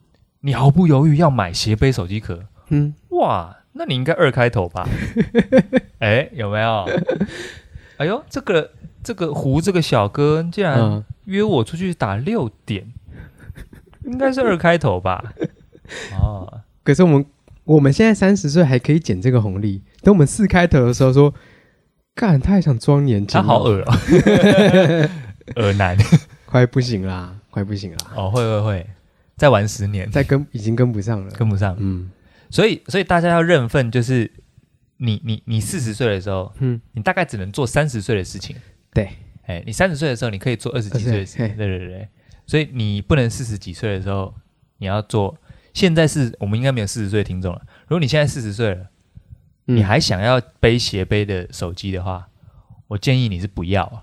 Speaker 1: 你毫不犹豫要买斜背手机壳，
Speaker 2: 嗯，
Speaker 1: 哇，那你应该二开头 吧？哎，有没有？哎呦，这个这个胡这个小哥竟然
Speaker 2: 嗯，
Speaker 1: 约我出去打六 点，应该是二开头吧？哦，
Speaker 2: 可是我们我们现在三十岁还可以捡这个红利，等我们四开头的时候说，干，他还想装年轻
Speaker 1: 他
Speaker 2: 哦，
Speaker 1: 好恶哦， 恶男
Speaker 2: 快不行啦，快不行啦，
Speaker 1: 哦，会会会，再玩十年
Speaker 2: 再跟已经跟不上了，
Speaker 1: 跟不上，
Speaker 2: 嗯
Speaker 1: 所以所以大家要认份，就是你你你四十岁的时候，
Speaker 2: 嗯，
Speaker 1: 你大概只能做三十岁的事情。
Speaker 2: 对，
Speaker 1: 哎，你三十岁的时候，你可以做二十几岁的事
Speaker 2: 20
Speaker 1: 情。
Speaker 2: 嘿
Speaker 1: 对对对，所以你不能四十几岁的时候你要做。现在是我们应该没有四十岁的听众了。如果你现在四十岁了，
Speaker 2: 嗯
Speaker 1: 你还想要背斜背的手机的话，我建议你是不要。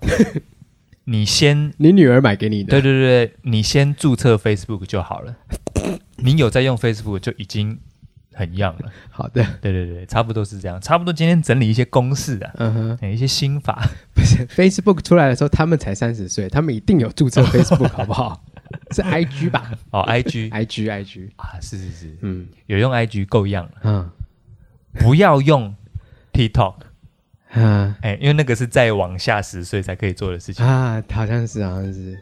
Speaker 1: 你先，
Speaker 2: 你女儿买给你的，
Speaker 1: 对对对，对你先注册 Facebook 就好了。你有在用 Facebook 就已经很样了。
Speaker 2: 好的，
Speaker 1: 对对对，差不多是这样。差不多今天整理一些公式啊，
Speaker 2: 嗯哼。
Speaker 1: 哎一些心法。
Speaker 2: 不是 Facebook 出来的时候，他们才三十岁，他们一定有注册 Facebook，好 不好？是 IG 吧
Speaker 1: 哦，IG
Speaker 2: ？IG IG，
Speaker 1: 啊，是是是，
Speaker 2: 嗯
Speaker 1: 有用 IG 够样了，
Speaker 2: 嗯
Speaker 1: 不要用 TikTok，
Speaker 2: 啊
Speaker 1: 哎、因为那个是再往下十岁才可以做的事情
Speaker 2: 啊，好像是好像是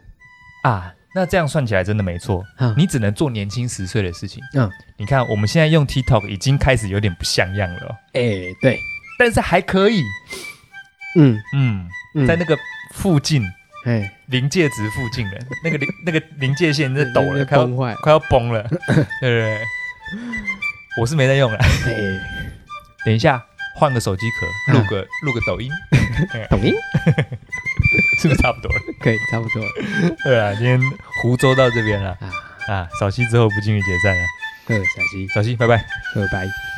Speaker 1: 啊。那这样算起来真的没错，
Speaker 2: 啊，
Speaker 1: 你只能做年轻十岁的事情。
Speaker 2: 嗯
Speaker 1: 你看我们现在用 TikTok 已经开始有点不像样了哦，
Speaker 2: 哎、对，
Speaker 1: 但是还可以，
Speaker 2: 嗯
Speaker 1: 嗯，
Speaker 2: 嗯，
Speaker 1: 在那个附近
Speaker 2: 哎
Speaker 1: 临界值附近了，那个临那个临界线在抖了，
Speaker 2: 那
Speaker 1: 快要
Speaker 2: 崩坏，
Speaker 1: 快要崩了，对不对？我是没在用了，
Speaker 2: 哎、
Speaker 1: 等一下换个手机壳，录个录个抖音，
Speaker 2: 懂音
Speaker 1: 是不是差不多了？
Speaker 2: 可以差不多了
Speaker 1: 对啊，今天湖州到这边了
Speaker 2: 啊，
Speaker 1: 啊，扫息之后不进于解散了，
Speaker 2: 嗯，小鸡，
Speaker 1: 扫息，拜拜。
Speaker 2: 拜拜。